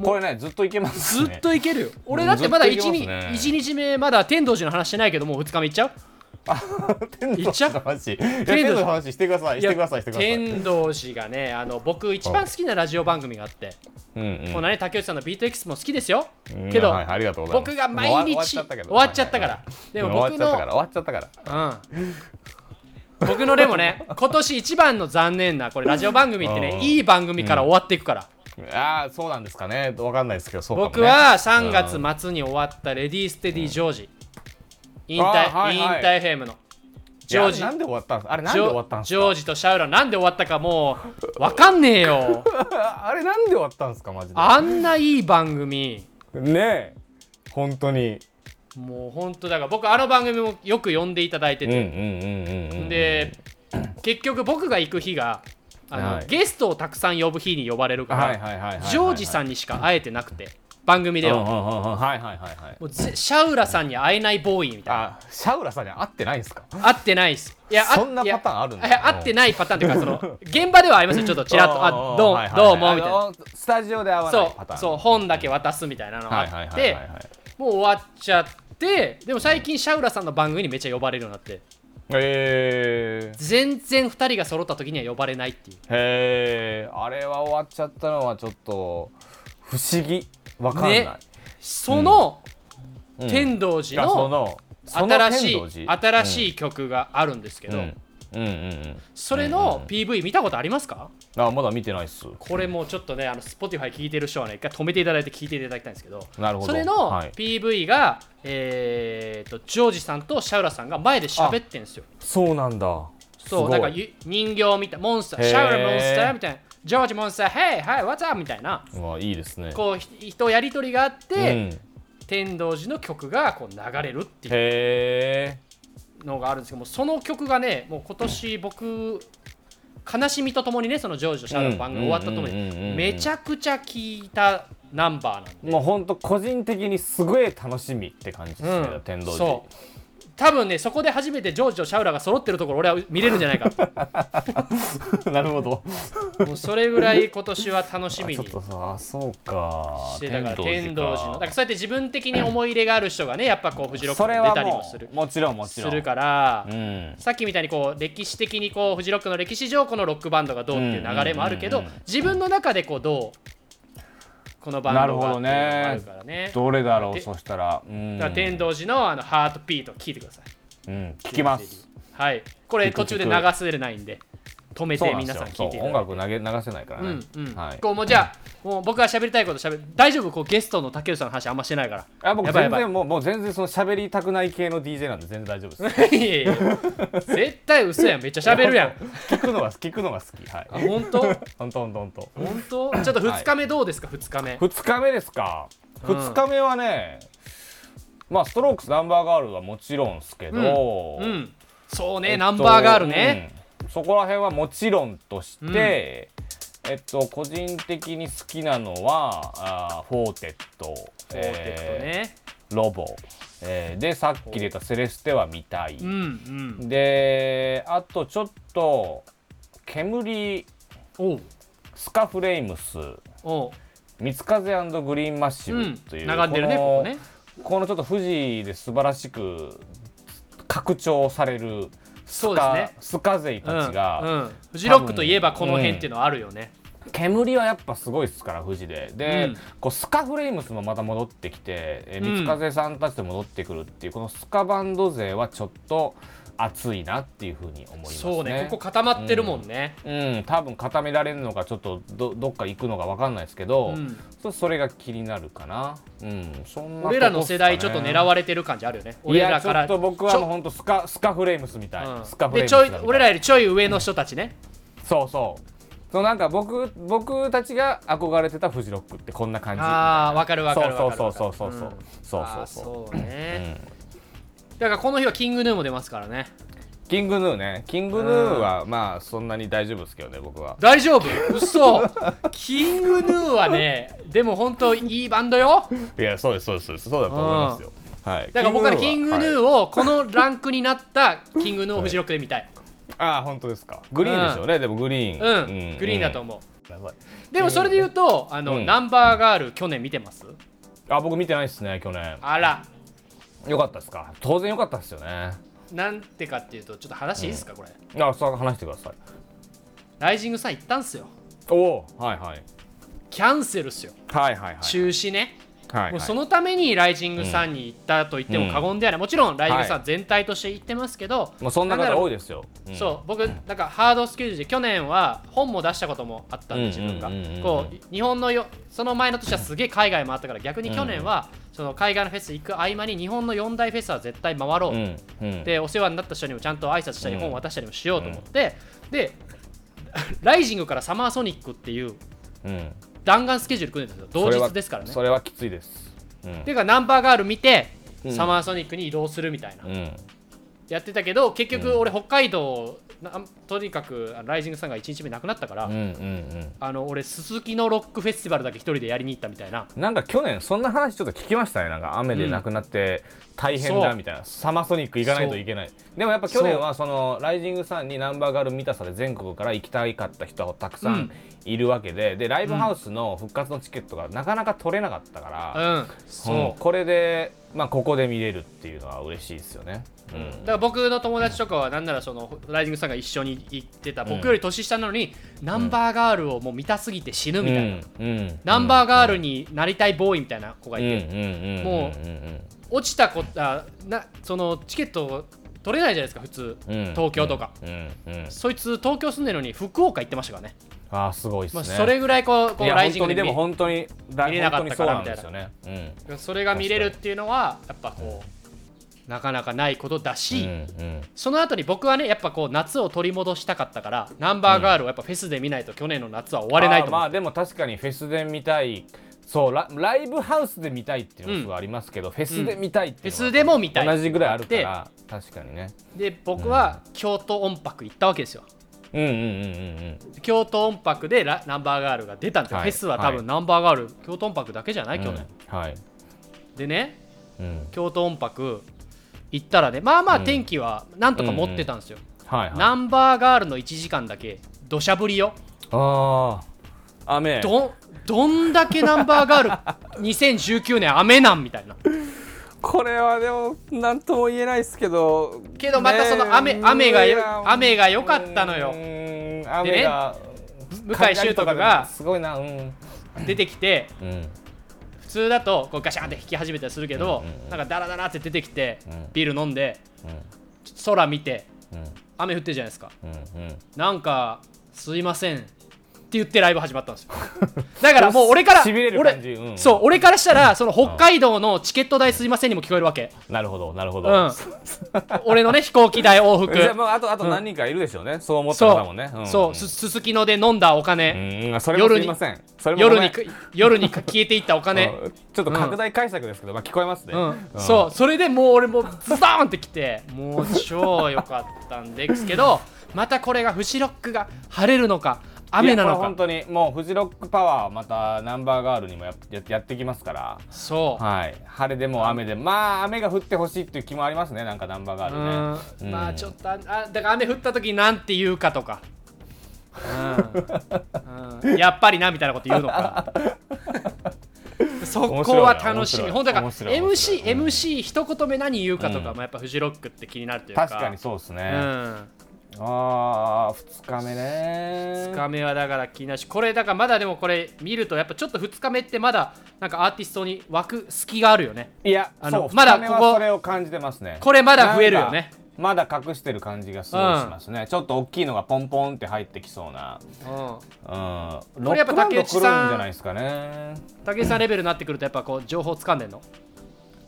[SPEAKER 2] これねずっといけます
[SPEAKER 3] ず
[SPEAKER 2] ね
[SPEAKER 3] っといけるよ俺だってまだ
[SPEAKER 2] ずっとい
[SPEAKER 3] 1,
[SPEAKER 2] けますね
[SPEAKER 3] 日一日目まだ天童寺の話してないけどもう2日目いっちゃう
[SPEAKER 2] 天
[SPEAKER 3] いっちゃう
[SPEAKER 2] の話いや
[SPEAKER 3] 天
[SPEAKER 2] 天
[SPEAKER 3] 童
[SPEAKER 2] 童の話してくださいしてくださいしてください
[SPEAKER 3] 天童寺がねあの僕一番好きなラジオ番組があって、
[SPEAKER 2] うんうん
[SPEAKER 3] このね竹内さんのビート X も好きですよ、
[SPEAKER 2] うん
[SPEAKER 3] けど、
[SPEAKER 2] はいありがとうございます
[SPEAKER 3] 僕が毎
[SPEAKER 2] もう
[SPEAKER 3] 日
[SPEAKER 2] 終
[SPEAKER 3] 終
[SPEAKER 2] わ
[SPEAKER 3] わっちゃったか
[SPEAKER 2] は
[SPEAKER 3] ら
[SPEAKER 2] い
[SPEAKER 3] でも
[SPEAKER 2] 終わ
[SPEAKER 3] 僕
[SPEAKER 2] っちゃったから
[SPEAKER 3] の
[SPEAKER 2] 終わっちゃったから
[SPEAKER 3] うん僕のでもね今年一番の残念なこれラジオ番組って
[SPEAKER 2] うん
[SPEAKER 3] ねいい番組から終わっていくから
[SPEAKER 2] ああそうなんですかねわかんないですけどそうかもね
[SPEAKER 3] 僕は3月末に終わったレディーステディジョージ引
[SPEAKER 2] あ
[SPEAKER 3] 退
[SPEAKER 2] ーはい
[SPEAKER 3] 引
[SPEAKER 2] はい
[SPEAKER 3] 退フェームのジョージ
[SPEAKER 2] いやなんで終わったんですあれなん
[SPEAKER 3] ジ
[SPEAKER 2] で
[SPEAKER 3] ョ
[SPEAKER 2] 終わったんです
[SPEAKER 3] ジ
[SPEAKER 2] か
[SPEAKER 3] ョージとシャウラなんで終わったかもう分かんねえ よ
[SPEAKER 2] ああれなんで終わったんですかマジで
[SPEAKER 3] あんないい番組
[SPEAKER 2] ねえ本当に
[SPEAKER 3] もう本当だから僕あの番組もよく呼んでいただいて
[SPEAKER 2] うんうん
[SPEAKER 3] て、
[SPEAKER 2] うんうんうん
[SPEAKER 3] で結局僕が行く日があの、
[SPEAKER 2] はい
[SPEAKER 3] ゲストをたくさん呼ぶ日に呼ばれるから、
[SPEAKER 2] はいはいはいはい
[SPEAKER 3] ジョージさ
[SPEAKER 2] ん
[SPEAKER 3] んにしか会えてなくて番組で
[SPEAKER 2] で
[SPEAKER 3] は、
[SPEAKER 2] ははいはいはいはい
[SPEAKER 3] もうぜシャウラさんに会えないボーイみたい
[SPEAKER 2] あシャウラさんには会ってないんですか
[SPEAKER 3] な会ってないですいやあ
[SPEAKER 2] そんない
[SPEAKER 3] や
[SPEAKER 2] パターンあるんだ
[SPEAKER 3] いや会ってないパターンというかその現場では会いますよちょっとちらっと「あどう,、どうも」みたいな
[SPEAKER 2] なスタジオで会わない
[SPEAKER 3] そ
[SPEAKER 2] パター
[SPEAKER 3] う
[SPEAKER 2] ン
[SPEAKER 3] そう本だけ渡すみたいなのが
[SPEAKER 2] はい
[SPEAKER 3] あ
[SPEAKER 2] はい
[SPEAKER 3] っ
[SPEAKER 2] はい
[SPEAKER 3] て
[SPEAKER 2] はいはい
[SPEAKER 3] もう終わっちゃってでも最近シャウラさんの番組にめっちゃ呼ばれるようになって
[SPEAKER 2] へー
[SPEAKER 3] 全然2人が揃った時には呼ばれないっていう
[SPEAKER 2] へーあれは終わっちゃったのはちょっと不思議わかんない、
[SPEAKER 3] ねその
[SPEAKER 2] うん
[SPEAKER 3] 天童寺
[SPEAKER 2] がそ
[SPEAKER 3] の
[SPEAKER 2] の
[SPEAKER 3] 新しい、新
[SPEAKER 2] い
[SPEAKER 3] しい曲があるんですけど、
[SPEAKER 2] うんうんうんうん
[SPEAKER 3] それ
[SPEAKER 2] うん
[SPEAKER 3] の
[SPEAKER 2] うん
[SPEAKER 3] PV 見たことありますか、
[SPEAKER 2] あまだ見てないっす
[SPEAKER 3] これもうちょっとね、あの Spotify 聞いてる人はね、一回止めていただいて聞いていただきたいんですけど、
[SPEAKER 2] なるほど
[SPEAKER 3] それの
[SPEAKER 2] はい
[SPEAKER 3] PV が、えー、とジョージさんとシャウラさんが前で喋ってんですよ。
[SPEAKER 2] そうなんだ
[SPEAKER 3] そう、
[SPEAKER 2] す
[SPEAKER 3] なん
[SPEAKER 2] ご
[SPEAKER 3] か
[SPEAKER 2] い
[SPEAKER 3] ゆ人形みたい、モンスタ
[SPEAKER 2] へ
[SPEAKER 3] ー、
[SPEAKER 2] ー
[SPEAKER 3] シャウラモンスターみたいな、ジョージモンスター、Hey, hi, what's up? みたいな、
[SPEAKER 2] うわいいですね
[SPEAKER 3] こう、ひ人やりとりがあっ
[SPEAKER 2] う
[SPEAKER 3] て、
[SPEAKER 2] ん
[SPEAKER 3] 天童寺の曲がこう流れるっていう
[SPEAKER 2] へ
[SPEAKER 3] のがあるんですけども、その曲がね、もう今年僕、悲しみとともにね、そのジョージとシャウラの番組終わったと
[SPEAKER 2] う
[SPEAKER 3] も
[SPEAKER 2] んうんうんうんう
[SPEAKER 3] に、
[SPEAKER 2] ん
[SPEAKER 3] めちゃくちゃ聞いたナンバーなんで
[SPEAKER 2] えもうほんと個人的にすごい楽しみって感じですね、
[SPEAKER 3] うん
[SPEAKER 2] 天童寺
[SPEAKER 3] そう多分ねそこで初めてジョージとシャウラが揃ってるところ俺は見れるんじゃないか と
[SPEAKER 2] なるほど
[SPEAKER 3] もうそれぐらい今年は楽しみ
[SPEAKER 2] ちょ
[SPEAKER 3] に
[SPEAKER 2] っとさあそうか
[SPEAKER 3] してたか
[SPEAKER 2] か
[SPEAKER 3] ら天童寺のだからそうやって自分的に思い入れがある人がねやっぱこうフジロック
[SPEAKER 2] それ
[SPEAKER 3] に出
[SPEAKER 2] は
[SPEAKER 3] たりも
[SPEAKER 2] も
[SPEAKER 3] する
[SPEAKER 2] うもちろんもち
[SPEAKER 3] す
[SPEAKER 2] ろん
[SPEAKER 3] るから、
[SPEAKER 2] うん
[SPEAKER 3] さっきみたいにこう歴史的にこうフジロックの歴史上このロックバンドがどうっていう流れもあるけど、
[SPEAKER 2] うんうんうんうん
[SPEAKER 3] 自分の中でこうどうこのバンドがっていうのもあるからね
[SPEAKER 2] どれだろう
[SPEAKER 3] で
[SPEAKER 2] そしたらうん
[SPEAKER 3] だから天童寺のあのハートピート聞いてくださ
[SPEAKER 2] う
[SPEAKER 3] い
[SPEAKER 2] ん聞きます
[SPEAKER 3] はいこれ
[SPEAKER 2] 聞く
[SPEAKER 3] 途中で流
[SPEAKER 2] 聞く
[SPEAKER 3] せれないんで止め
[SPEAKER 2] そう
[SPEAKER 3] て
[SPEAKER 2] なんで
[SPEAKER 3] 皆
[SPEAKER 2] す
[SPEAKER 3] さ
[SPEAKER 2] よ
[SPEAKER 3] ん聞いてい
[SPEAKER 2] そう
[SPEAKER 3] た
[SPEAKER 2] 音
[SPEAKER 3] だいて
[SPEAKER 2] 楽投げ流せないからね
[SPEAKER 3] うんうん
[SPEAKER 2] はい
[SPEAKER 3] こうもうじゃあもう僕が喋りたいこと喋る大丈夫こうゲストの竹内さんの話あんましてな いから
[SPEAKER 2] あ僕
[SPEAKER 3] やばい
[SPEAKER 2] 全
[SPEAKER 3] やばい
[SPEAKER 2] 然もうもう全然その喋りたくない系の DJ なんで全然大丈夫です
[SPEAKER 3] いやいやいや絶対嘘やんめっちゃ喋るやん
[SPEAKER 2] 聞くのが聞くのが好きはい
[SPEAKER 3] あ本当
[SPEAKER 2] ほんとほんとほんと
[SPEAKER 3] 本当 ちょっと2日目どうですか、二2日目
[SPEAKER 2] 2日目ですか
[SPEAKER 3] うん
[SPEAKER 2] 2日目はねまあストロークスナンバーガールはもちろんですけど
[SPEAKER 3] うんそうね、
[SPEAKER 2] えっと
[SPEAKER 3] ナンバーガールね、、
[SPEAKER 2] うんそこら辺はもちろんとして、えっと個人的に好きなのはあーフォーテッド
[SPEAKER 3] フォーテッド
[SPEAKER 2] え
[SPEAKER 3] ね、
[SPEAKER 2] ーロボ、えーでさっき出た「セレステ」は見たい、
[SPEAKER 3] うんうん
[SPEAKER 2] であとちょっと煙
[SPEAKER 3] おう
[SPEAKER 2] スカフレイムス
[SPEAKER 3] おう
[SPEAKER 2] 三ツ風グリーンマッシ
[SPEAKER 3] う
[SPEAKER 2] ブ
[SPEAKER 3] ん
[SPEAKER 2] という、
[SPEAKER 3] 並んでるねここね
[SPEAKER 2] このちょっと富士で素晴らしく拡張されるス
[SPEAKER 3] そうです
[SPEAKER 2] カ,、
[SPEAKER 3] ね
[SPEAKER 2] スカ勢たちが、
[SPEAKER 3] うんうん、フジロックといえばこの辺っていうのはあるよね、
[SPEAKER 2] 煙はやっぱすごいっすから富士でで、
[SPEAKER 3] うん
[SPEAKER 2] こうスカフレイムスもまた戻ってきて、えー
[SPEAKER 3] う
[SPEAKER 2] 三
[SPEAKER 3] ん
[SPEAKER 2] 風さんたちと戻ってくるっていうこのスカバンド勢はちょっと熱いなっていうふうに思いますね。
[SPEAKER 3] そうねここ固まってるもんね、
[SPEAKER 2] うん、多分固められるのかちょっとどどっか行くのか分かんないですけど、
[SPEAKER 3] うん
[SPEAKER 2] そそれが気になるかな、うん、そんなとこっすかね
[SPEAKER 3] 俺らの世代ちょっと狙われてる感じあるよね
[SPEAKER 2] い
[SPEAKER 3] 俺
[SPEAKER 2] や
[SPEAKER 3] ら
[SPEAKER 2] ち
[SPEAKER 3] か
[SPEAKER 2] ょ
[SPEAKER 3] ら
[SPEAKER 2] っと僕はもうほんとスカスカフレイムスみたい、
[SPEAKER 3] うん
[SPEAKER 2] スカフレイム
[SPEAKER 3] で
[SPEAKER 2] ス
[SPEAKER 3] ちょ
[SPEAKER 2] だ
[SPEAKER 3] い
[SPEAKER 2] みたい
[SPEAKER 3] 俺らよりちょい上の人たちね
[SPEAKER 2] そうそうそうなんか僕僕たちが憧れてたフジロックってこんな感じ
[SPEAKER 3] ああわかるわか
[SPEAKER 2] そう
[SPEAKER 3] るわかる
[SPEAKER 2] そう
[SPEAKER 3] わか
[SPEAKER 2] そ
[SPEAKER 3] る
[SPEAKER 2] うそうそうそうそう
[SPEAKER 3] あー
[SPEAKER 2] そうそう
[SPEAKER 3] そうねだからこの日はキングヌーも出ますからね
[SPEAKER 2] キングヌーねキングヌーはまあそんなに大丈夫ですけどね僕は
[SPEAKER 3] 大丈夫嘘キングヌーはねでも本当いいバンドよ
[SPEAKER 2] いやそうですそうですそうですそうだと思いますよはい
[SPEAKER 3] だから僕はキングヌー
[SPEAKER 2] を
[SPEAKER 3] をこのランクになったキングヌーをフジロックで見たい、
[SPEAKER 2] ああ本当ですかグリーンでしょうね、でもグリーン
[SPEAKER 3] うん、グリーンだと
[SPEAKER 2] 思
[SPEAKER 3] 思う、
[SPEAKER 2] うんやばい
[SPEAKER 3] でもそれで言うとあの、
[SPEAKER 2] うん
[SPEAKER 3] ナンバーガール去年見てます
[SPEAKER 2] あ僕見てないですね去年
[SPEAKER 3] あら
[SPEAKER 2] よかったですか当然よかったですよね
[SPEAKER 3] なんてかっていうとちょっと話いいですか、これ
[SPEAKER 2] あそう話してください
[SPEAKER 3] ライジングさん行ったんすよ
[SPEAKER 2] おおはいはい
[SPEAKER 3] キャンセルっすよ
[SPEAKER 2] はいはいはい
[SPEAKER 3] 中止ね、
[SPEAKER 2] はい
[SPEAKER 3] もうそのためにライジングさんに行ったと言っても過言ではない、もちろんライジングさん全体として行ってますけど、
[SPEAKER 2] もうそんな方多いですよ、うん
[SPEAKER 3] そう僕なんかハードスケジュールで去年は本も出したこともあったんで
[SPEAKER 2] うん
[SPEAKER 3] 自分が
[SPEAKER 2] うんうんうんうん
[SPEAKER 3] こう日本のよその前の年はすげえ海外もあったから逆に去年はその海外のフェス行く合間に日本の4大フェスは絶対回ろう
[SPEAKER 2] うんうん
[SPEAKER 3] でお世話になった人にもちゃんと挨拶したり
[SPEAKER 2] うん
[SPEAKER 3] 本渡したりもしようと思ってでライジングからサマーソニックっていう
[SPEAKER 2] うん
[SPEAKER 3] 弾丸スケジュール組んでたんですよ
[SPEAKER 2] それ
[SPEAKER 3] 同
[SPEAKER 2] は
[SPEAKER 3] 日ですからね
[SPEAKER 2] それはきついですうん
[SPEAKER 3] ていうかナンバーガール見て
[SPEAKER 2] うん
[SPEAKER 3] サマーソニックに移動するみたいな
[SPEAKER 2] うん
[SPEAKER 3] やってたけど結局
[SPEAKER 2] うん
[SPEAKER 3] 俺北海道なとにかくあのライジングさんが1日目なくなったから
[SPEAKER 2] うんうん
[SPEAKER 3] あの俺ススキのロックフェスティバルだけ一人でやりに行ったみたいな
[SPEAKER 2] うんなんか去年そんな話ちょっと聞きましたねなんか雨でなくなって大変だ
[SPEAKER 3] そう
[SPEAKER 2] みたいな、サマソニック行かないといけないでもやっぱ去年はそのライジングさんにナンバーガール見たさで全国から行きたいかった人はたくさ
[SPEAKER 3] うんん
[SPEAKER 2] いるわけで、でライブハウスの復活のチケットがなかなか取れなかったから、
[SPEAKER 3] うん
[SPEAKER 2] うん
[SPEAKER 3] そう
[SPEAKER 2] これで、まあ、ここで見れるっていうのは嬉しいですよね。うん
[SPEAKER 3] だから僕の友達とかはなんならそのライジングさんが一緒に行ってた僕より年下なのにナンバーガールをもう見たすぎて死ぬみたいな
[SPEAKER 2] うんうん
[SPEAKER 3] ナンバーガールになりたいボーイみたいな子がいて
[SPEAKER 2] うんうん
[SPEAKER 3] も落ちた子あなそのチケット取れないじゃないですか普通
[SPEAKER 2] うんうん
[SPEAKER 3] 東京とか
[SPEAKER 2] うんうんうん
[SPEAKER 3] そいつ東京住んでるのに福岡行ってましたからね
[SPEAKER 2] あーすごいです
[SPEAKER 3] ま
[SPEAKER 2] ね。
[SPEAKER 3] あそれぐらいこうこ
[SPEAKER 2] いうや
[SPEAKER 3] ライジン
[SPEAKER 2] 本当に
[SPEAKER 3] グ
[SPEAKER 2] でも
[SPEAKER 3] 見
[SPEAKER 2] 本当に
[SPEAKER 3] 見れなかったからみたいな
[SPEAKER 2] 本当にそうなんですよね。
[SPEAKER 3] それが見れるっていうのはやっぱこうなかなかないことだ
[SPEAKER 2] うん
[SPEAKER 3] し、
[SPEAKER 2] うんうん
[SPEAKER 3] その後に僕はねやっぱこう夏を取り戻したかったからナンバーガールをやっぱフェスで見ないと去年の夏は終われないと
[SPEAKER 2] あー
[SPEAKER 3] 思う、
[SPEAKER 2] まあでも確かにフェスで見たいそうラライブハウスで見たいっていうのはすごいありますけど、フェスで見たいっていうのは
[SPEAKER 3] フェスでも見たい
[SPEAKER 2] 同じぐらいあるから確かにね
[SPEAKER 3] で僕は京都音楽行ったわけですよ
[SPEAKER 2] うんうんうんうんうん
[SPEAKER 3] 京都音楽でラナンバーガールが出たんですよ、
[SPEAKER 2] はい
[SPEAKER 3] フェスは多
[SPEAKER 2] は
[SPEAKER 3] 分
[SPEAKER 2] い
[SPEAKER 3] ナンバーガール、京都音楽だけじゃない去年、
[SPEAKER 2] うんはい、
[SPEAKER 3] でね
[SPEAKER 2] うん、
[SPEAKER 3] 京都音楽行ったらねまあまあ
[SPEAKER 2] うん
[SPEAKER 3] 天気はなんとか持ってたんですよ、
[SPEAKER 2] はいはい
[SPEAKER 3] ナンバーガールの1時間だけ土砂降りよ
[SPEAKER 2] ああ雨
[SPEAKER 3] どんどんだけナンバーガール 2019年雨なんみたいな
[SPEAKER 2] これはでも何とも言えないですけど
[SPEAKER 3] けどまたその雨雨が雨が良かったのよ
[SPEAKER 2] うーん雨が、
[SPEAKER 3] 向井修徳が
[SPEAKER 2] すごいなうん、
[SPEAKER 3] 出てきて
[SPEAKER 2] うんうん
[SPEAKER 3] 普通だとこうガシャンって引き始めたりするけど
[SPEAKER 2] うんうんうん
[SPEAKER 3] なんかダラダラって出てきて
[SPEAKER 2] うん
[SPEAKER 3] ビール飲んでちょっと空見て
[SPEAKER 2] うん
[SPEAKER 3] 雨降ってるじゃないですか
[SPEAKER 2] うんうん
[SPEAKER 3] なんかすいませんって言ってライブ始まったんです よだからもう俺から
[SPEAKER 2] しびれる感じ
[SPEAKER 3] 俺
[SPEAKER 2] うん
[SPEAKER 3] そう俺からしたらその北海道のチケット代すいませんにも聞こえるわけ
[SPEAKER 2] なるほどなるほ
[SPEAKER 3] う
[SPEAKER 2] ど、
[SPEAKER 3] ん俺のね飛行機代 往復
[SPEAKER 2] じゃあもうあとあと何人かいるでしょうね、そう思った
[SPEAKER 3] そ
[SPEAKER 2] 方もね
[SPEAKER 3] う、そう、すすすきので飲んだお
[SPEAKER 2] う
[SPEAKER 3] 金、
[SPEAKER 2] ん、うん、それもすいませんそれもごめ
[SPEAKER 3] 夜
[SPEAKER 2] ん
[SPEAKER 3] にく、夜に消えていったお 金、
[SPEAKER 2] うんちょっと拡大解釈ですけど、まあ聞こえますね、
[SPEAKER 3] うん、そう、それでもう俺もうズドーンってきて、もう超良かったんですけど、またこれがフジロックが晴れるのか、雨なの
[SPEAKER 2] いやこれ
[SPEAKER 3] か
[SPEAKER 2] 本、当にもうフジロックパワーはまたナンバーガールにもやっややってきますから
[SPEAKER 3] そう。
[SPEAKER 2] はい、晴れでも雨で、まあ雨が降ってほしいっていう気もありますね、なんかナンバーガ
[SPEAKER 3] う
[SPEAKER 2] ール
[SPEAKER 3] ん
[SPEAKER 2] ね。
[SPEAKER 3] まあちょっとああだから雨降った時なんて言うかとか、うんうんやっぱりなみたいなこと言うのかそこは楽しみ
[SPEAKER 2] 面白
[SPEAKER 3] 本
[SPEAKER 2] い
[SPEAKER 3] 当だから
[SPEAKER 2] 面白い面白い
[SPEAKER 3] MC, MC 一言目何言うかとかもやっぱフジロックって気になるというか
[SPEAKER 2] 確かにそうですね。
[SPEAKER 3] うん
[SPEAKER 2] ああ、二日目ね。
[SPEAKER 3] 2日目はだから気になるしこれだからまだでもこれ見るとやっぱちょっと2日目ってまだなんかアーティストに枠隙があるよね
[SPEAKER 2] いや、
[SPEAKER 3] あ
[SPEAKER 2] あ
[SPEAKER 3] の
[SPEAKER 2] の
[SPEAKER 3] まだ
[SPEAKER 2] 目
[SPEAKER 3] こ
[SPEAKER 2] は
[SPEAKER 3] こ
[SPEAKER 2] それを感じてますね。
[SPEAKER 3] これまだ増えるよね
[SPEAKER 2] なんか。まだ隠してる感じがすごいしますね。ちょっと大きいのがポンポンって入ってきそうな。
[SPEAKER 3] うん
[SPEAKER 2] うん。
[SPEAKER 3] これやっぱ
[SPEAKER 2] ロックバンド
[SPEAKER 3] 竹内さん
[SPEAKER 2] 来るんじゃないですかね。
[SPEAKER 3] 武井さんレベルになってくるとやっぱこう情報掴んでんの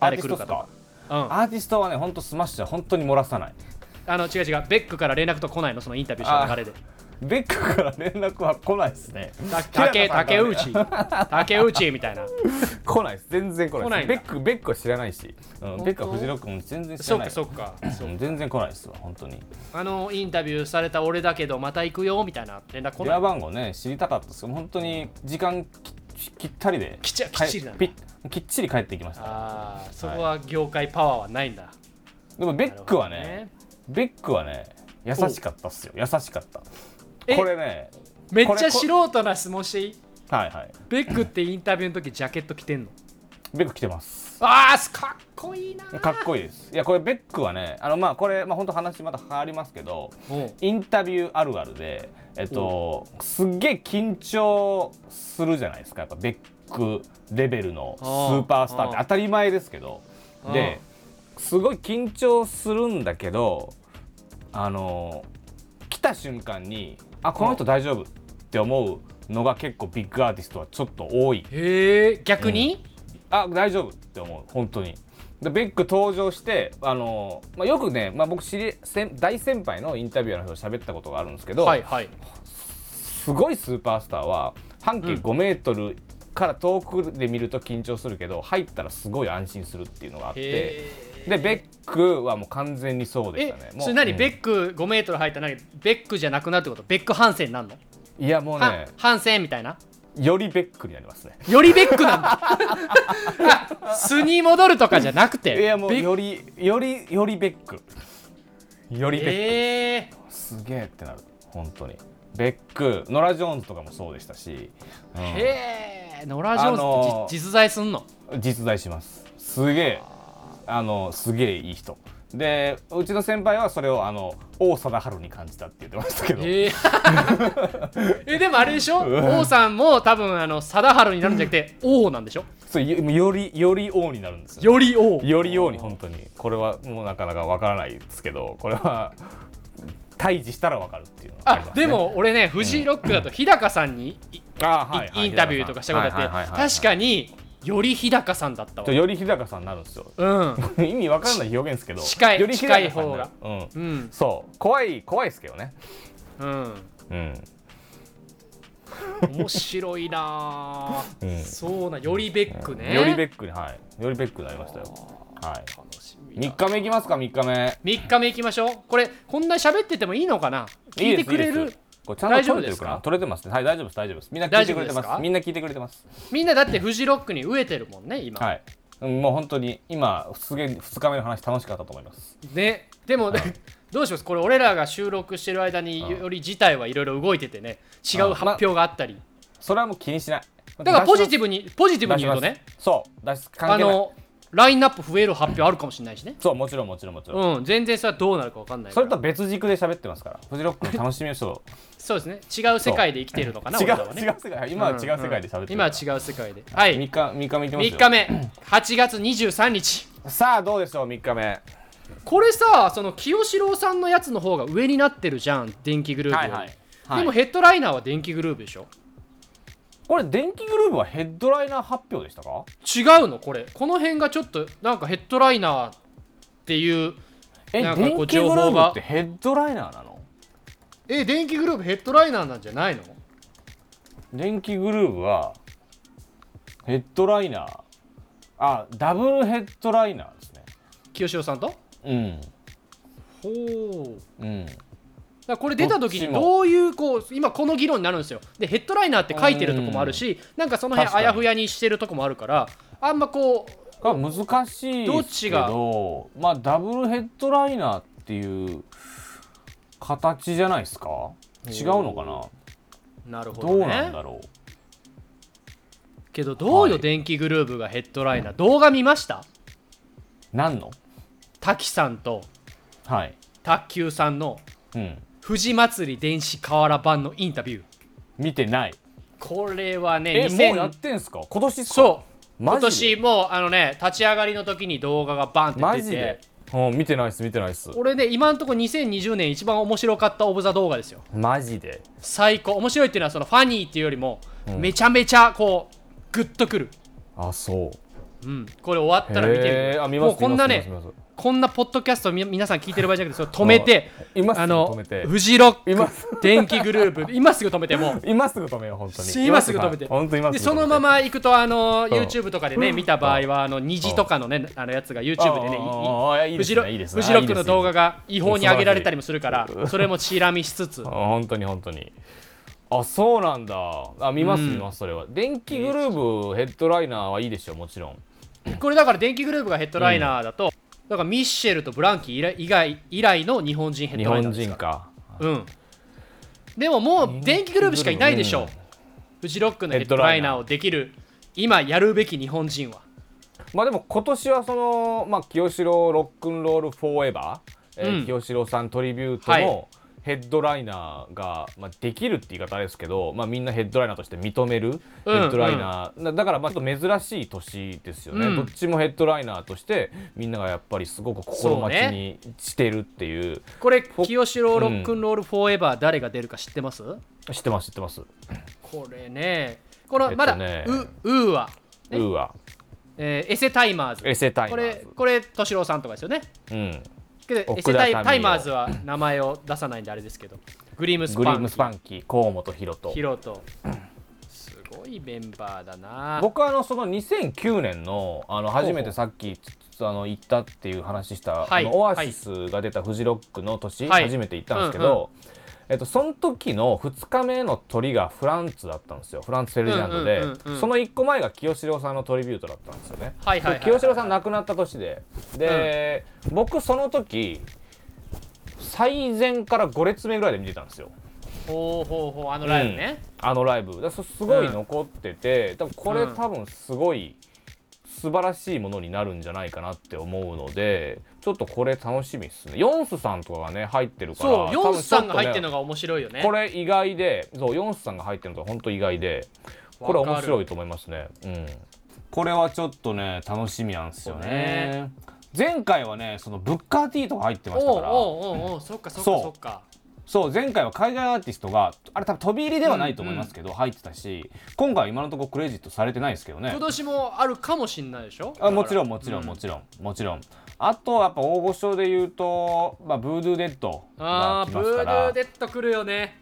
[SPEAKER 2] アー
[SPEAKER 3] 誰
[SPEAKER 2] ティ
[SPEAKER 3] 来
[SPEAKER 2] ストっ
[SPEAKER 3] るか
[SPEAKER 2] す
[SPEAKER 3] とか
[SPEAKER 2] か。
[SPEAKER 3] うん
[SPEAKER 2] アーティストはね、本当スマッシュは本当に漏らさない。
[SPEAKER 3] あの違う違うベックから連絡と来ないのそのインタビューした流れで
[SPEAKER 2] ベックから連絡は来ないですね。
[SPEAKER 3] た竹竹内 竹内みたいな
[SPEAKER 2] 来ないです全然来ないですベ
[SPEAKER 3] 来ない
[SPEAKER 2] ッ
[SPEAKER 3] んだ
[SPEAKER 2] クベックは知らないし、うん、
[SPEAKER 3] 当
[SPEAKER 2] ベックはフジロックも全然知
[SPEAKER 3] そ
[SPEAKER 2] らな
[SPEAKER 3] っか
[SPEAKER 2] い
[SPEAKER 3] そっかそう
[SPEAKER 2] うん全然来ないですわ本当に
[SPEAKER 3] あのインタビューされた俺だけどまた行くよみたいな連絡来
[SPEAKER 2] 電
[SPEAKER 3] な
[SPEAKER 2] 話
[SPEAKER 3] い
[SPEAKER 2] 番号ね知りたかったですけど本当に時間ききったりで
[SPEAKER 3] きちゃ
[SPEAKER 2] 帰
[SPEAKER 3] きっちりなんだ
[SPEAKER 2] ぴきっちり帰ってきました
[SPEAKER 3] あーそこは業界パワーはないんだ
[SPEAKER 2] でもベックはねベックはね優しかったっすよ優しかった
[SPEAKER 3] え
[SPEAKER 2] これね
[SPEAKER 3] めっ
[SPEAKER 2] こ
[SPEAKER 3] ち
[SPEAKER 2] れ
[SPEAKER 3] ゃ
[SPEAKER 2] こ
[SPEAKER 3] 素人な質問していい
[SPEAKER 2] はいはい
[SPEAKER 3] ベックってインタビューの時ジャケット着てんの
[SPEAKER 2] ベック来てます
[SPEAKER 3] ああかっこいいな
[SPEAKER 2] かっこいいですいやこれベックはねあのまあこれまあ本当話また変わりますけど
[SPEAKER 3] おう
[SPEAKER 2] インタビューあるあるでえっとすっげえ緊張するじゃないですかやっぱベックレベルのスーパースターって
[SPEAKER 3] あー
[SPEAKER 2] 当たり前ですけど
[SPEAKER 3] あー
[SPEAKER 2] ですごい緊張するんだけどあの来た瞬間にあこの人大丈夫って思うのが結構ビッグアーティストはちょっと多い
[SPEAKER 3] へえ逆に、
[SPEAKER 2] あ大丈夫って思う本当にでベック登場してあの、まあ、よくね、まあ、僕知り先大先輩のインタビュアーの人と喋ったことがあるんですけど、
[SPEAKER 3] はいはい
[SPEAKER 2] すごいスーパースターは半径5メートルから遠くで見ると緊張するけど、入ったらすごい安心するっていうのがあって
[SPEAKER 3] へえ
[SPEAKER 2] でベックはもう完全にそうでし
[SPEAKER 3] え
[SPEAKER 2] たねもう
[SPEAKER 3] それ何、
[SPEAKER 2] うん
[SPEAKER 3] ベック5メートル入ったら何ベックじゃなくなるってことベックハンセンになんの、
[SPEAKER 2] いやもうね
[SPEAKER 3] はハンセンみたいな
[SPEAKER 2] よりベックになりますね
[SPEAKER 3] よりベックなんだあ 素に戻るとかじゃなく
[SPEAKER 2] い
[SPEAKER 3] て
[SPEAKER 2] やもう
[SPEAKER 3] ベック
[SPEAKER 2] よりよりよりベックよりベック、
[SPEAKER 3] え
[SPEAKER 2] すげえってなる本当にベックノラ・ジョーンズとかもそうでしたし、うん
[SPEAKER 3] ー、へえノラ・ジョーンズってじ、
[SPEAKER 2] あのー
[SPEAKER 3] 実在すんの
[SPEAKER 2] 実在しますすげえあのすげえいい人でうちの先輩はそれをあの王貞治に感じたって言ってましたけど、
[SPEAKER 3] えー えでもあれでしょ王さんも多分あの貞治になるんじゃなくて王なんでしょ
[SPEAKER 2] そうよよりより王になるんですよ
[SPEAKER 3] より王
[SPEAKER 2] より王に本当にこれはもうなかなかわからないですけどこれは退治したらわかるっていうのがり
[SPEAKER 3] あ
[SPEAKER 2] ますね
[SPEAKER 3] でも俺ねフジロックだと日高さんにい
[SPEAKER 2] あはいはい
[SPEAKER 3] インタビューとかしたこと
[SPEAKER 2] はいはい
[SPEAKER 3] あ
[SPEAKER 2] はい
[SPEAKER 3] っ
[SPEAKER 2] はいはい
[SPEAKER 3] て確かにより日高さんだったわ
[SPEAKER 2] ちょより日高さんになるんですよ
[SPEAKER 3] うん
[SPEAKER 2] 意味わかんない表現ですけど
[SPEAKER 3] 近い
[SPEAKER 2] より日高さんになる
[SPEAKER 3] 近い方が
[SPEAKER 2] うん
[SPEAKER 3] うん
[SPEAKER 2] そう怖い怖いですけどね
[SPEAKER 3] うん
[SPEAKER 2] うん
[SPEAKER 3] 面白いなあ、
[SPEAKER 2] うん
[SPEAKER 3] そうなよりベックね
[SPEAKER 2] よりベ
[SPEAKER 3] ッ
[SPEAKER 2] ックにはいよりベックになりましたよはい
[SPEAKER 3] 楽しみだ
[SPEAKER 2] 3日目いきますか3日目
[SPEAKER 3] 3日目いきましょうこれこんな喋っててもいいのかない聞い
[SPEAKER 2] で
[SPEAKER 3] て
[SPEAKER 2] す
[SPEAKER 3] くれる
[SPEAKER 2] いいですこれちゃんと取れてるか
[SPEAKER 3] 大丈夫ですか
[SPEAKER 2] な取れてますねはい大丈夫です大丈夫ですみんな聞いてくれて
[SPEAKER 3] 大丈夫ですか
[SPEAKER 2] ますみんな聞いてくれてます
[SPEAKER 3] みんなだってフジロックに飢えてるもんね今、
[SPEAKER 2] はいうんもう本当に今すげえ2日目の話楽しかったと思います
[SPEAKER 3] ねでも、 どうしますこれ俺らが収録してる間により事態はいろいろ動いててね違う
[SPEAKER 2] うん
[SPEAKER 3] 発表があったり、
[SPEAKER 2] それはもう気にしない
[SPEAKER 3] だからポジティ
[SPEAKER 2] ブ
[SPEAKER 3] ブにポジティブに言うとね
[SPEAKER 2] そう出し
[SPEAKER 3] あ
[SPEAKER 2] 関係ない
[SPEAKER 3] のラインナップ増える発表あるかもしれないしね
[SPEAKER 2] そうもちろんもちろんもちろん
[SPEAKER 3] うん全然それはどうなるかわかんないか
[SPEAKER 2] そ
[SPEAKER 3] ら
[SPEAKER 2] れとは別軸で喋ってますからフジロックの楽しみを そう
[SPEAKER 3] そうですね違う世界で生きてるのかな
[SPEAKER 2] 違う
[SPEAKER 3] 俺らはね
[SPEAKER 2] 違う世界今は違う世界で喋ってるから、
[SPEAKER 3] 今は違う世界ではい
[SPEAKER 2] 3日3日目いきます
[SPEAKER 3] 3
[SPEAKER 2] よ
[SPEAKER 3] 日目8月23日
[SPEAKER 2] さあどうでしょう3日目
[SPEAKER 3] これさその清志郎さんのやつの方が上になってるじゃん電気グループより、
[SPEAKER 2] はいはいはい
[SPEAKER 3] でもヘッドライナーは電気グループでしょ
[SPEAKER 2] これ電気グループはヘッドライナー発表でしたか
[SPEAKER 3] 違うのこれこの辺がちょっとなんかヘッドライナーっていう
[SPEAKER 2] え
[SPEAKER 3] なん
[SPEAKER 2] 電
[SPEAKER 3] かこう
[SPEAKER 2] 気グル
[SPEAKER 3] 情報
[SPEAKER 2] ー
[SPEAKER 3] が
[SPEAKER 2] プってヘッドライナーなの
[SPEAKER 3] え電気グループヘッドライナーなんじゃないの
[SPEAKER 2] 電気グループはヘッドライナーあダブルヘッドライナーです
[SPEAKER 3] 清志郎さんと
[SPEAKER 2] ね
[SPEAKER 3] ほう
[SPEAKER 2] うんうん
[SPEAKER 3] だからこれ出た時
[SPEAKER 2] どっ
[SPEAKER 3] に
[SPEAKER 2] ちも
[SPEAKER 3] どういうこう今この議論になるんですよでヘッドライナーって書いてるとこもあるしなんかその辺
[SPEAKER 2] 確か
[SPEAKER 3] あ
[SPEAKER 2] に
[SPEAKER 3] やふやにしてるとこもあるからあんまこう
[SPEAKER 2] これ難しい
[SPEAKER 3] ど
[SPEAKER 2] で
[SPEAKER 3] っ
[SPEAKER 2] す
[SPEAKER 3] ち
[SPEAKER 2] け
[SPEAKER 3] が
[SPEAKER 2] どまあダブルヘッドライナーっていう形じゃないですか違うのかな
[SPEAKER 3] なるほ
[SPEAKER 2] どう
[SPEAKER 3] ど
[SPEAKER 2] な
[SPEAKER 3] ね
[SPEAKER 2] んだろう
[SPEAKER 3] けどどうよ、
[SPEAKER 2] はい
[SPEAKER 3] 電気グループがヘッドライナー動画見ました
[SPEAKER 2] 何の
[SPEAKER 3] 滝さんと
[SPEAKER 2] はい
[SPEAKER 3] 卓球さんの
[SPEAKER 2] うん
[SPEAKER 3] 富士祭り電子瓦版のインタビュー
[SPEAKER 2] 見てない
[SPEAKER 3] これはね
[SPEAKER 2] えもう
[SPEAKER 3] 2000
[SPEAKER 2] やってんすか今年っすか
[SPEAKER 3] そう
[SPEAKER 2] マ
[SPEAKER 3] 今
[SPEAKER 2] ジで
[SPEAKER 3] 年もうあのね立ち上がりの時に動画がバンっ
[SPEAKER 2] マ
[SPEAKER 3] て出
[SPEAKER 2] ジ
[SPEAKER 3] て
[SPEAKER 2] でうん見てないっす見てないっす
[SPEAKER 3] 俺ね今んとこ2020年一番面白かったオブザ動画ですよ
[SPEAKER 2] マジで
[SPEAKER 3] 最高面白いっていうのはそのファニーっていうよりも、
[SPEAKER 2] うん
[SPEAKER 3] めちゃめちゃこうグッとくる
[SPEAKER 2] あそう
[SPEAKER 3] うんこれ終わったら見てみ
[SPEAKER 2] へ
[SPEAKER 3] る
[SPEAKER 2] ーあ見ます
[SPEAKER 3] もうこんな
[SPEAKER 2] 見
[SPEAKER 3] ね
[SPEAKER 2] ます見ます見ま
[SPEAKER 3] こんなポッドキャストみ皆さん聞いてる場合じゃなくてそれ止めて
[SPEAKER 2] す今すぐ
[SPEAKER 3] あの
[SPEAKER 2] 止めて
[SPEAKER 3] フジロッ
[SPEAKER 2] 今
[SPEAKER 3] ク電気グ ループ今すぐ止めてもう
[SPEAKER 2] 今すぐ止めよう本当に
[SPEAKER 3] 今すぐ止めて
[SPEAKER 2] 本当今すぐ止め
[SPEAKER 3] で
[SPEAKER 2] て
[SPEAKER 3] そのまま行くとあの
[SPEAKER 2] ん
[SPEAKER 3] YouTube とかでね見た場合はあの虹とかのねあのやつが YouTube でねいい
[SPEAKER 2] ああいい
[SPEAKER 3] フ
[SPEAKER 2] で
[SPEAKER 3] ジ
[SPEAKER 2] す
[SPEAKER 3] ロ
[SPEAKER 2] ねいいです
[SPEAKER 3] フ
[SPEAKER 2] ね
[SPEAKER 3] ジロックの動
[SPEAKER 2] が
[SPEAKER 3] 画が違法に上げられたりもするからそれもチラ見しつつ
[SPEAKER 2] 本当に本当にあそうなんだあ見ます
[SPEAKER 3] うん
[SPEAKER 2] 見ますそれは電気グルーブヘッドライナーはいいでしょもちろん
[SPEAKER 3] これだから電気グループがヘッドライナーだとだからミッシェルとブランキー以来以外以来の日本人ヘッ
[SPEAKER 2] 日
[SPEAKER 3] ドライナー
[SPEAKER 2] 本
[SPEAKER 3] です
[SPEAKER 2] 人
[SPEAKER 3] か
[SPEAKER 2] か
[SPEAKER 3] うんでももう電気グループしかいないでしょう、
[SPEAKER 2] うん
[SPEAKER 3] フジロックのヘッドライナーをできる今やるべき日本人は
[SPEAKER 2] まあでも今年はその、まあ、清志郎ロックンロールフォーエバー、えー
[SPEAKER 3] うん
[SPEAKER 2] 清志郎さんトリビュート
[SPEAKER 3] はい
[SPEAKER 2] のヘッドライナーが、まあ、できるって言い方あれですけど、まあ、みんなヘッドライナーとして認めるヘッドライナー、なだからまあちょっと珍しい年ですよね、
[SPEAKER 3] うん
[SPEAKER 2] どっちもヘッドライナーとしてみんながやっぱりすごく心待ちにしてるっていう
[SPEAKER 3] これ
[SPEAKER 2] ほ
[SPEAKER 3] 清志郎ロックンロールフォーエバー誰が出るか知ってます、
[SPEAKER 2] 知ってます知ってます、
[SPEAKER 3] これねこの
[SPEAKER 2] えっとね
[SPEAKER 3] まだ、ウウーは、ね
[SPEAKER 2] ウーは
[SPEAKER 3] えーエセタイマーズ
[SPEAKER 2] エセタイ
[SPEAKER 3] こ
[SPEAKER 2] マー
[SPEAKER 3] れ
[SPEAKER 2] ズ
[SPEAKER 3] これ敏郎さんとかですよね
[SPEAKER 2] うん、
[SPEAKER 3] けどエ
[SPEAKER 2] 奥
[SPEAKER 3] セ
[SPEAKER 2] 田
[SPEAKER 3] タイ
[SPEAKER 2] 民生
[SPEAKER 3] タイマーズは名前を出さないんであれですけどグリムス
[SPEAKER 2] グリ
[SPEAKER 3] パ
[SPEAKER 2] ー
[SPEAKER 3] ン
[SPEAKER 2] ムスパンキー河本大翔
[SPEAKER 3] ヒロとすごいメンバーだな
[SPEAKER 2] 僕はあのその2009年のあの
[SPEAKER 3] う
[SPEAKER 2] 初めてさっきつあの行ったっていう話した、
[SPEAKER 3] はい
[SPEAKER 2] あのオアシスが出たフジロックの年、
[SPEAKER 3] はい
[SPEAKER 2] 初めて行ったんですけ
[SPEAKER 3] うんう
[SPEAKER 2] ど、えっと、その時の2日目の鳥がフランツだったんですよフランツ・フェルディナンドで、
[SPEAKER 3] うんうんうんうん
[SPEAKER 2] その1個前が清志郎さんのトリビュートだったんですよね。
[SPEAKER 3] はいはいはいはい
[SPEAKER 2] で清志郎さん亡くなった年でで、僕その時最前から5列目ぐらいで見てたんですよ。
[SPEAKER 3] ほうほうほうあのライブね、
[SPEAKER 2] あのライブだからそすご
[SPEAKER 3] う
[SPEAKER 2] い
[SPEAKER 3] ん
[SPEAKER 2] 残ってて、多分こ
[SPEAKER 3] う
[SPEAKER 2] れ
[SPEAKER 3] ん
[SPEAKER 2] 多分すごい素晴らしいものになるんじゃないかなって思うのでちょっとこれ楽しみですねヨンスさんとかがね入ってるから
[SPEAKER 3] そうヨンスさんが入って
[SPEAKER 2] る
[SPEAKER 3] るのが面白いよね
[SPEAKER 2] これ意外でそうヨンスさんが入ってるのが本当意外でこれは面白いと思いますねうんこれはちょっとね楽しみなんですよね前回はねそのブッカー T とか入ってました
[SPEAKER 3] おう
[SPEAKER 2] から
[SPEAKER 3] おうおうおうそっかそっか
[SPEAKER 2] そう
[SPEAKER 3] そっか
[SPEAKER 2] そう前回は海外アーティストがあれ多分飛び入りではないと思いますけど、入ってたし今回は今のところクレジットされてないですけどね
[SPEAKER 3] 今年もあるかもしんないでしょ
[SPEAKER 2] あもちろんもちろんも
[SPEAKER 3] ろん
[SPEAKER 2] ちろんもちろんあとやっぱ大御所で言うと、まあ、ブードゥーデッド
[SPEAKER 3] あ
[SPEAKER 2] が
[SPEAKER 3] ー
[SPEAKER 2] 来
[SPEAKER 3] ブ
[SPEAKER 2] ま
[SPEAKER 3] ー
[SPEAKER 2] す
[SPEAKER 3] ド
[SPEAKER 2] か
[SPEAKER 3] ゥー
[SPEAKER 2] ら
[SPEAKER 3] デッド来るよね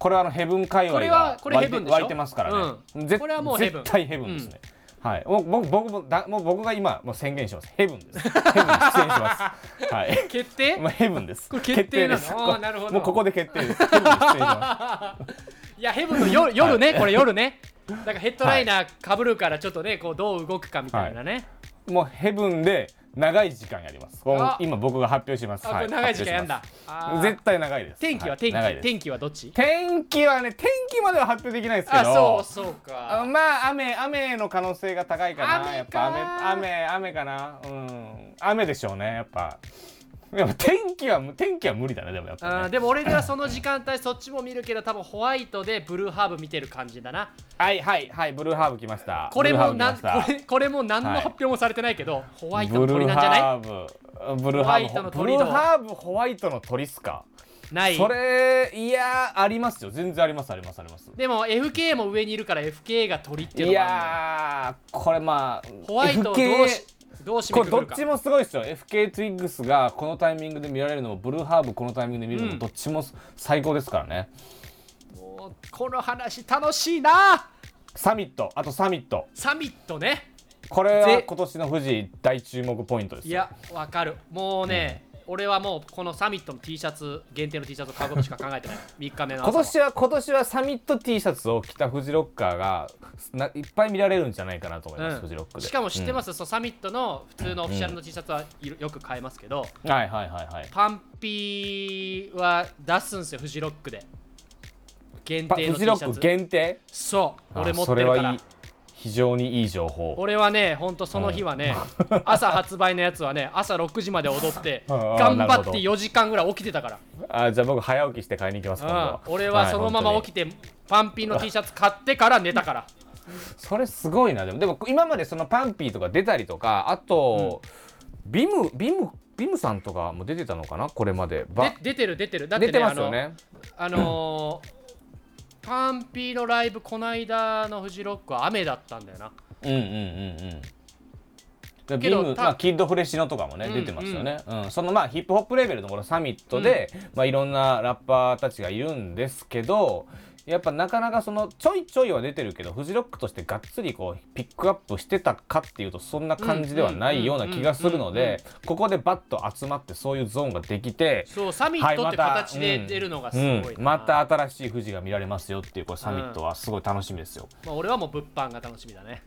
[SPEAKER 2] これはあのヘブン界
[SPEAKER 3] こ
[SPEAKER 2] 隈
[SPEAKER 3] れ
[SPEAKER 2] が
[SPEAKER 3] はこれ
[SPEAKER 2] 湧
[SPEAKER 3] ヘ
[SPEAKER 2] い
[SPEAKER 3] ブ
[SPEAKER 2] て
[SPEAKER 3] ンでしょ
[SPEAKER 2] 湧いてますからね、ぜ
[SPEAKER 3] これはもうヘブン
[SPEAKER 2] 絶対ヘブンですね、はい、もう僕僕もだもう僕が今もう宣言しますヘブンですヘブンに出演しますはい
[SPEAKER 3] 決定
[SPEAKER 2] まあ、ヘブンです
[SPEAKER 3] これ決定なの
[SPEAKER 2] です
[SPEAKER 3] あーなるほど
[SPEAKER 2] もうここで決定ですヘブンに出演します
[SPEAKER 3] いやヘブンの夜夜ねこれ夜ねなんかヘッドライナーかぶるからちょっとねこうどう動くかみたいなね、
[SPEAKER 2] もうヘブンで長い時間やります。こ
[SPEAKER 3] あ
[SPEAKER 2] の今僕が発表します。
[SPEAKER 3] あこ
[SPEAKER 2] は
[SPEAKER 3] れ長い時間やんだ、
[SPEAKER 2] 発
[SPEAKER 3] あ
[SPEAKER 2] 表します
[SPEAKER 3] ー
[SPEAKER 2] 絶対長いです。
[SPEAKER 3] 天気は天気、
[SPEAKER 2] い長いです
[SPEAKER 3] 天気はどっち
[SPEAKER 2] 天気はね天気までは発表できないですけ
[SPEAKER 3] あ
[SPEAKER 2] ど。
[SPEAKER 3] そうそう
[SPEAKER 2] あ
[SPEAKER 3] か
[SPEAKER 2] まあ雨雨の可能性が高いかな。
[SPEAKER 3] 雨か
[SPEAKER 2] やっぱ雨雨雨かな。うん雨でしょうねやっぱ。やっぱ天気は天気は無理だねでもやっ
[SPEAKER 3] あ
[SPEAKER 2] ぱ、
[SPEAKER 3] ー
[SPEAKER 2] ね。
[SPEAKER 3] でも俺らはその時間帯そっちも見るけど多分ホワイトでブルーハーブ見てる感じだな
[SPEAKER 2] はいはいはいブルーハーブ来ました。
[SPEAKER 3] これも
[SPEAKER 2] ブルーハー
[SPEAKER 3] なん
[SPEAKER 2] ブ来ま
[SPEAKER 3] こ
[SPEAKER 2] した
[SPEAKER 3] れこれも何の
[SPEAKER 2] はい
[SPEAKER 3] 発表もされてないけど、ホワイト
[SPEAKER 2] ブ
[SPEAKER 3] の
[SPEAKER 2] ル
[SPEAKER 3] 鳥
[SPEAKER 2] ー
[SPEAKER 3] なんじゃない
[SPEAKER 2] ハーブブルーハーブ
[SPEAKER 3] ホワイトの
[SPEAKER 2] ブ
[SPEAKER 3] 鳥
[SPEAKER 2] ル
[SPEAKER 3] だ
[SPEAKER 2] ーハーブホワイトの鳥っすか。
[SPEAKER 3] ない
[SPEAKER 2] それいやーありますよ全然ありますありますあります
[SPEAKER 3] でも FK も上にいるから FK が鳥っていう
[SPEAKER 2] い
[SPEAKER 3] のがあ
[SPEAKER 2] やーこれまあ
[SPEAKER 3] るのよホワイトをどう
[SPEAKER 2] FK
[SPEAKER 3] しどう締
[SPEAKER 2] こ
[SPEAKER 3] め
[SPEAKER 2] れ
[SPEAKER 3] く
[SPEAKER 2] ど
[SPEAKER 3] く
[SPEAKER 2] っ
[SPEAKER 3] るか
[SPEAKER 2] ちもすごいですよ FK ツイッグスがこのタイミングで見られるのもブルーハーブこのタイミングで見るの
[SPEAKER 3] うん
[SPEAKER 2] もどっちも最高ですからね、
[SPEAKER 3] もうこの話楽しいな
[SPEAKER 2] サミットあとサミット
[SPEAKER 3] サミットね
[SPEAKER 2] これは
[SPEAKER 3] ぜ
[SPEAKER 2] 今年の富士大注目ポイントです
[SPEAKER 3] い
[SPEAKER 2] よ
[SPEAKER 3] やわかるもうね、俺はもうこのサミットの T シャツ限定の T シャツを買うことしか考えてない3日目の朝
[SPEAKER 2] 今
[SPEAKER 3] は
[SPEAKER 2] 年は今年はサミット T シャツを着た富士ロッカーがないっぱい見られるんじゃないかなと思います、
[SPEAKER 3] うん
[SPEAKER 2] フジロックで、
[SPEAKER 3] しかも知ってますす、そうサミットの普通のオフィシャルの T シャツはいろよく買えますけど、
[SPEAKER 2] うんはいはいはいはい
[SPEAKER 3] パンピーは出すんですよフジロックで限
[SPEAKER 2] パ
[SPEAKER 3] 定
[SPEAKER 2] フ
[SPEAKER 3] の T シ
[SPEAKER 2] ジロ
[SPEAKER 3] ャ
[SPEAKER 2] ック
[SPEAKER 3] ツ
[SPEAKER 2] 限定
[SPEAKER 3] そう
[SPEAKER 2] あ
[SPEAKER 3] 俺持って
[SPEAKER 2] それ
[SPEAKER 3] る
[SPEAKER 2] は
[SPEAKER 3] から
[SPEAKER 2] いい非常にいい情報
[SPEAKER 3] 俺はねほんとその日はね、朝発売のやつはね朝6時まで踊 って
[SPEAKER 2] うんうん
[SPEAKER 3] 頑
[SPEAKER 2] なる
[SPEAKER 3] 張
[SPEAKER 2] ほ
[SPEAKER 3] って
[SPEAKER 2] ど
[SPEAKER 3] 4時間ぐらい起きてたから
[SPEAKER 2] あじゃあ僕早起きして買いに行きます今度
[SPEAKER 3] うん俺はそのまま起
[SPEAKER 2] き
[SPEAKER 3] きて、パンピーの T シャツ買ってから寝 たから
[SPEAKER 2] それすごいなでもでも今までそのパンピーとか出たりとかあと、ビムビムビムさんとかも出てたのかなこれまでば
[SPEAKER 3] で出てる出てるだって
[SPEAKER 2] 出
[SPEAKER 3] ね
[SPEAKER 2] てますよね
[SPEAKER 3] あのあのーパンピーのライブこないだのフジロックは雨だったんだよな
[SPEAKER 2] うんうんうんうんで
[SPEAKER 3] け
[SPEAKER 2] ビ
[SPEAKER 3] ど
[SPEAKER 2] ム、
[SPEAKER 3] た
[SPEAKER 2] まあ、キッドフレッシュのとかもね、
[SPEAKER 3] うん
[SPEAKER 2] 出てますよね、うんそのまあヒップホップレベルのこのサミットで、まあ、いろんなラッパーたちがいるんですけどやっぱなかなかそのちょいちょいは出てるけどフジロックとしてがっつりこうピックアップしてたかっていうとそんな感じではないような気がするの
[SPEAKER 3] うんうんうんうん
[SPEAKER 2] でここでバッと集まってそういうゾーンができて
[SPEAKER 3] そうサミットって形で出るのがすごいな、
[SPEAKER 2] うんまた新しい富士が見られますよっていうこれサミットはすごい楽しみですよ。
[SPEAKER 3] まあ、俺はもう物販が楽しみだね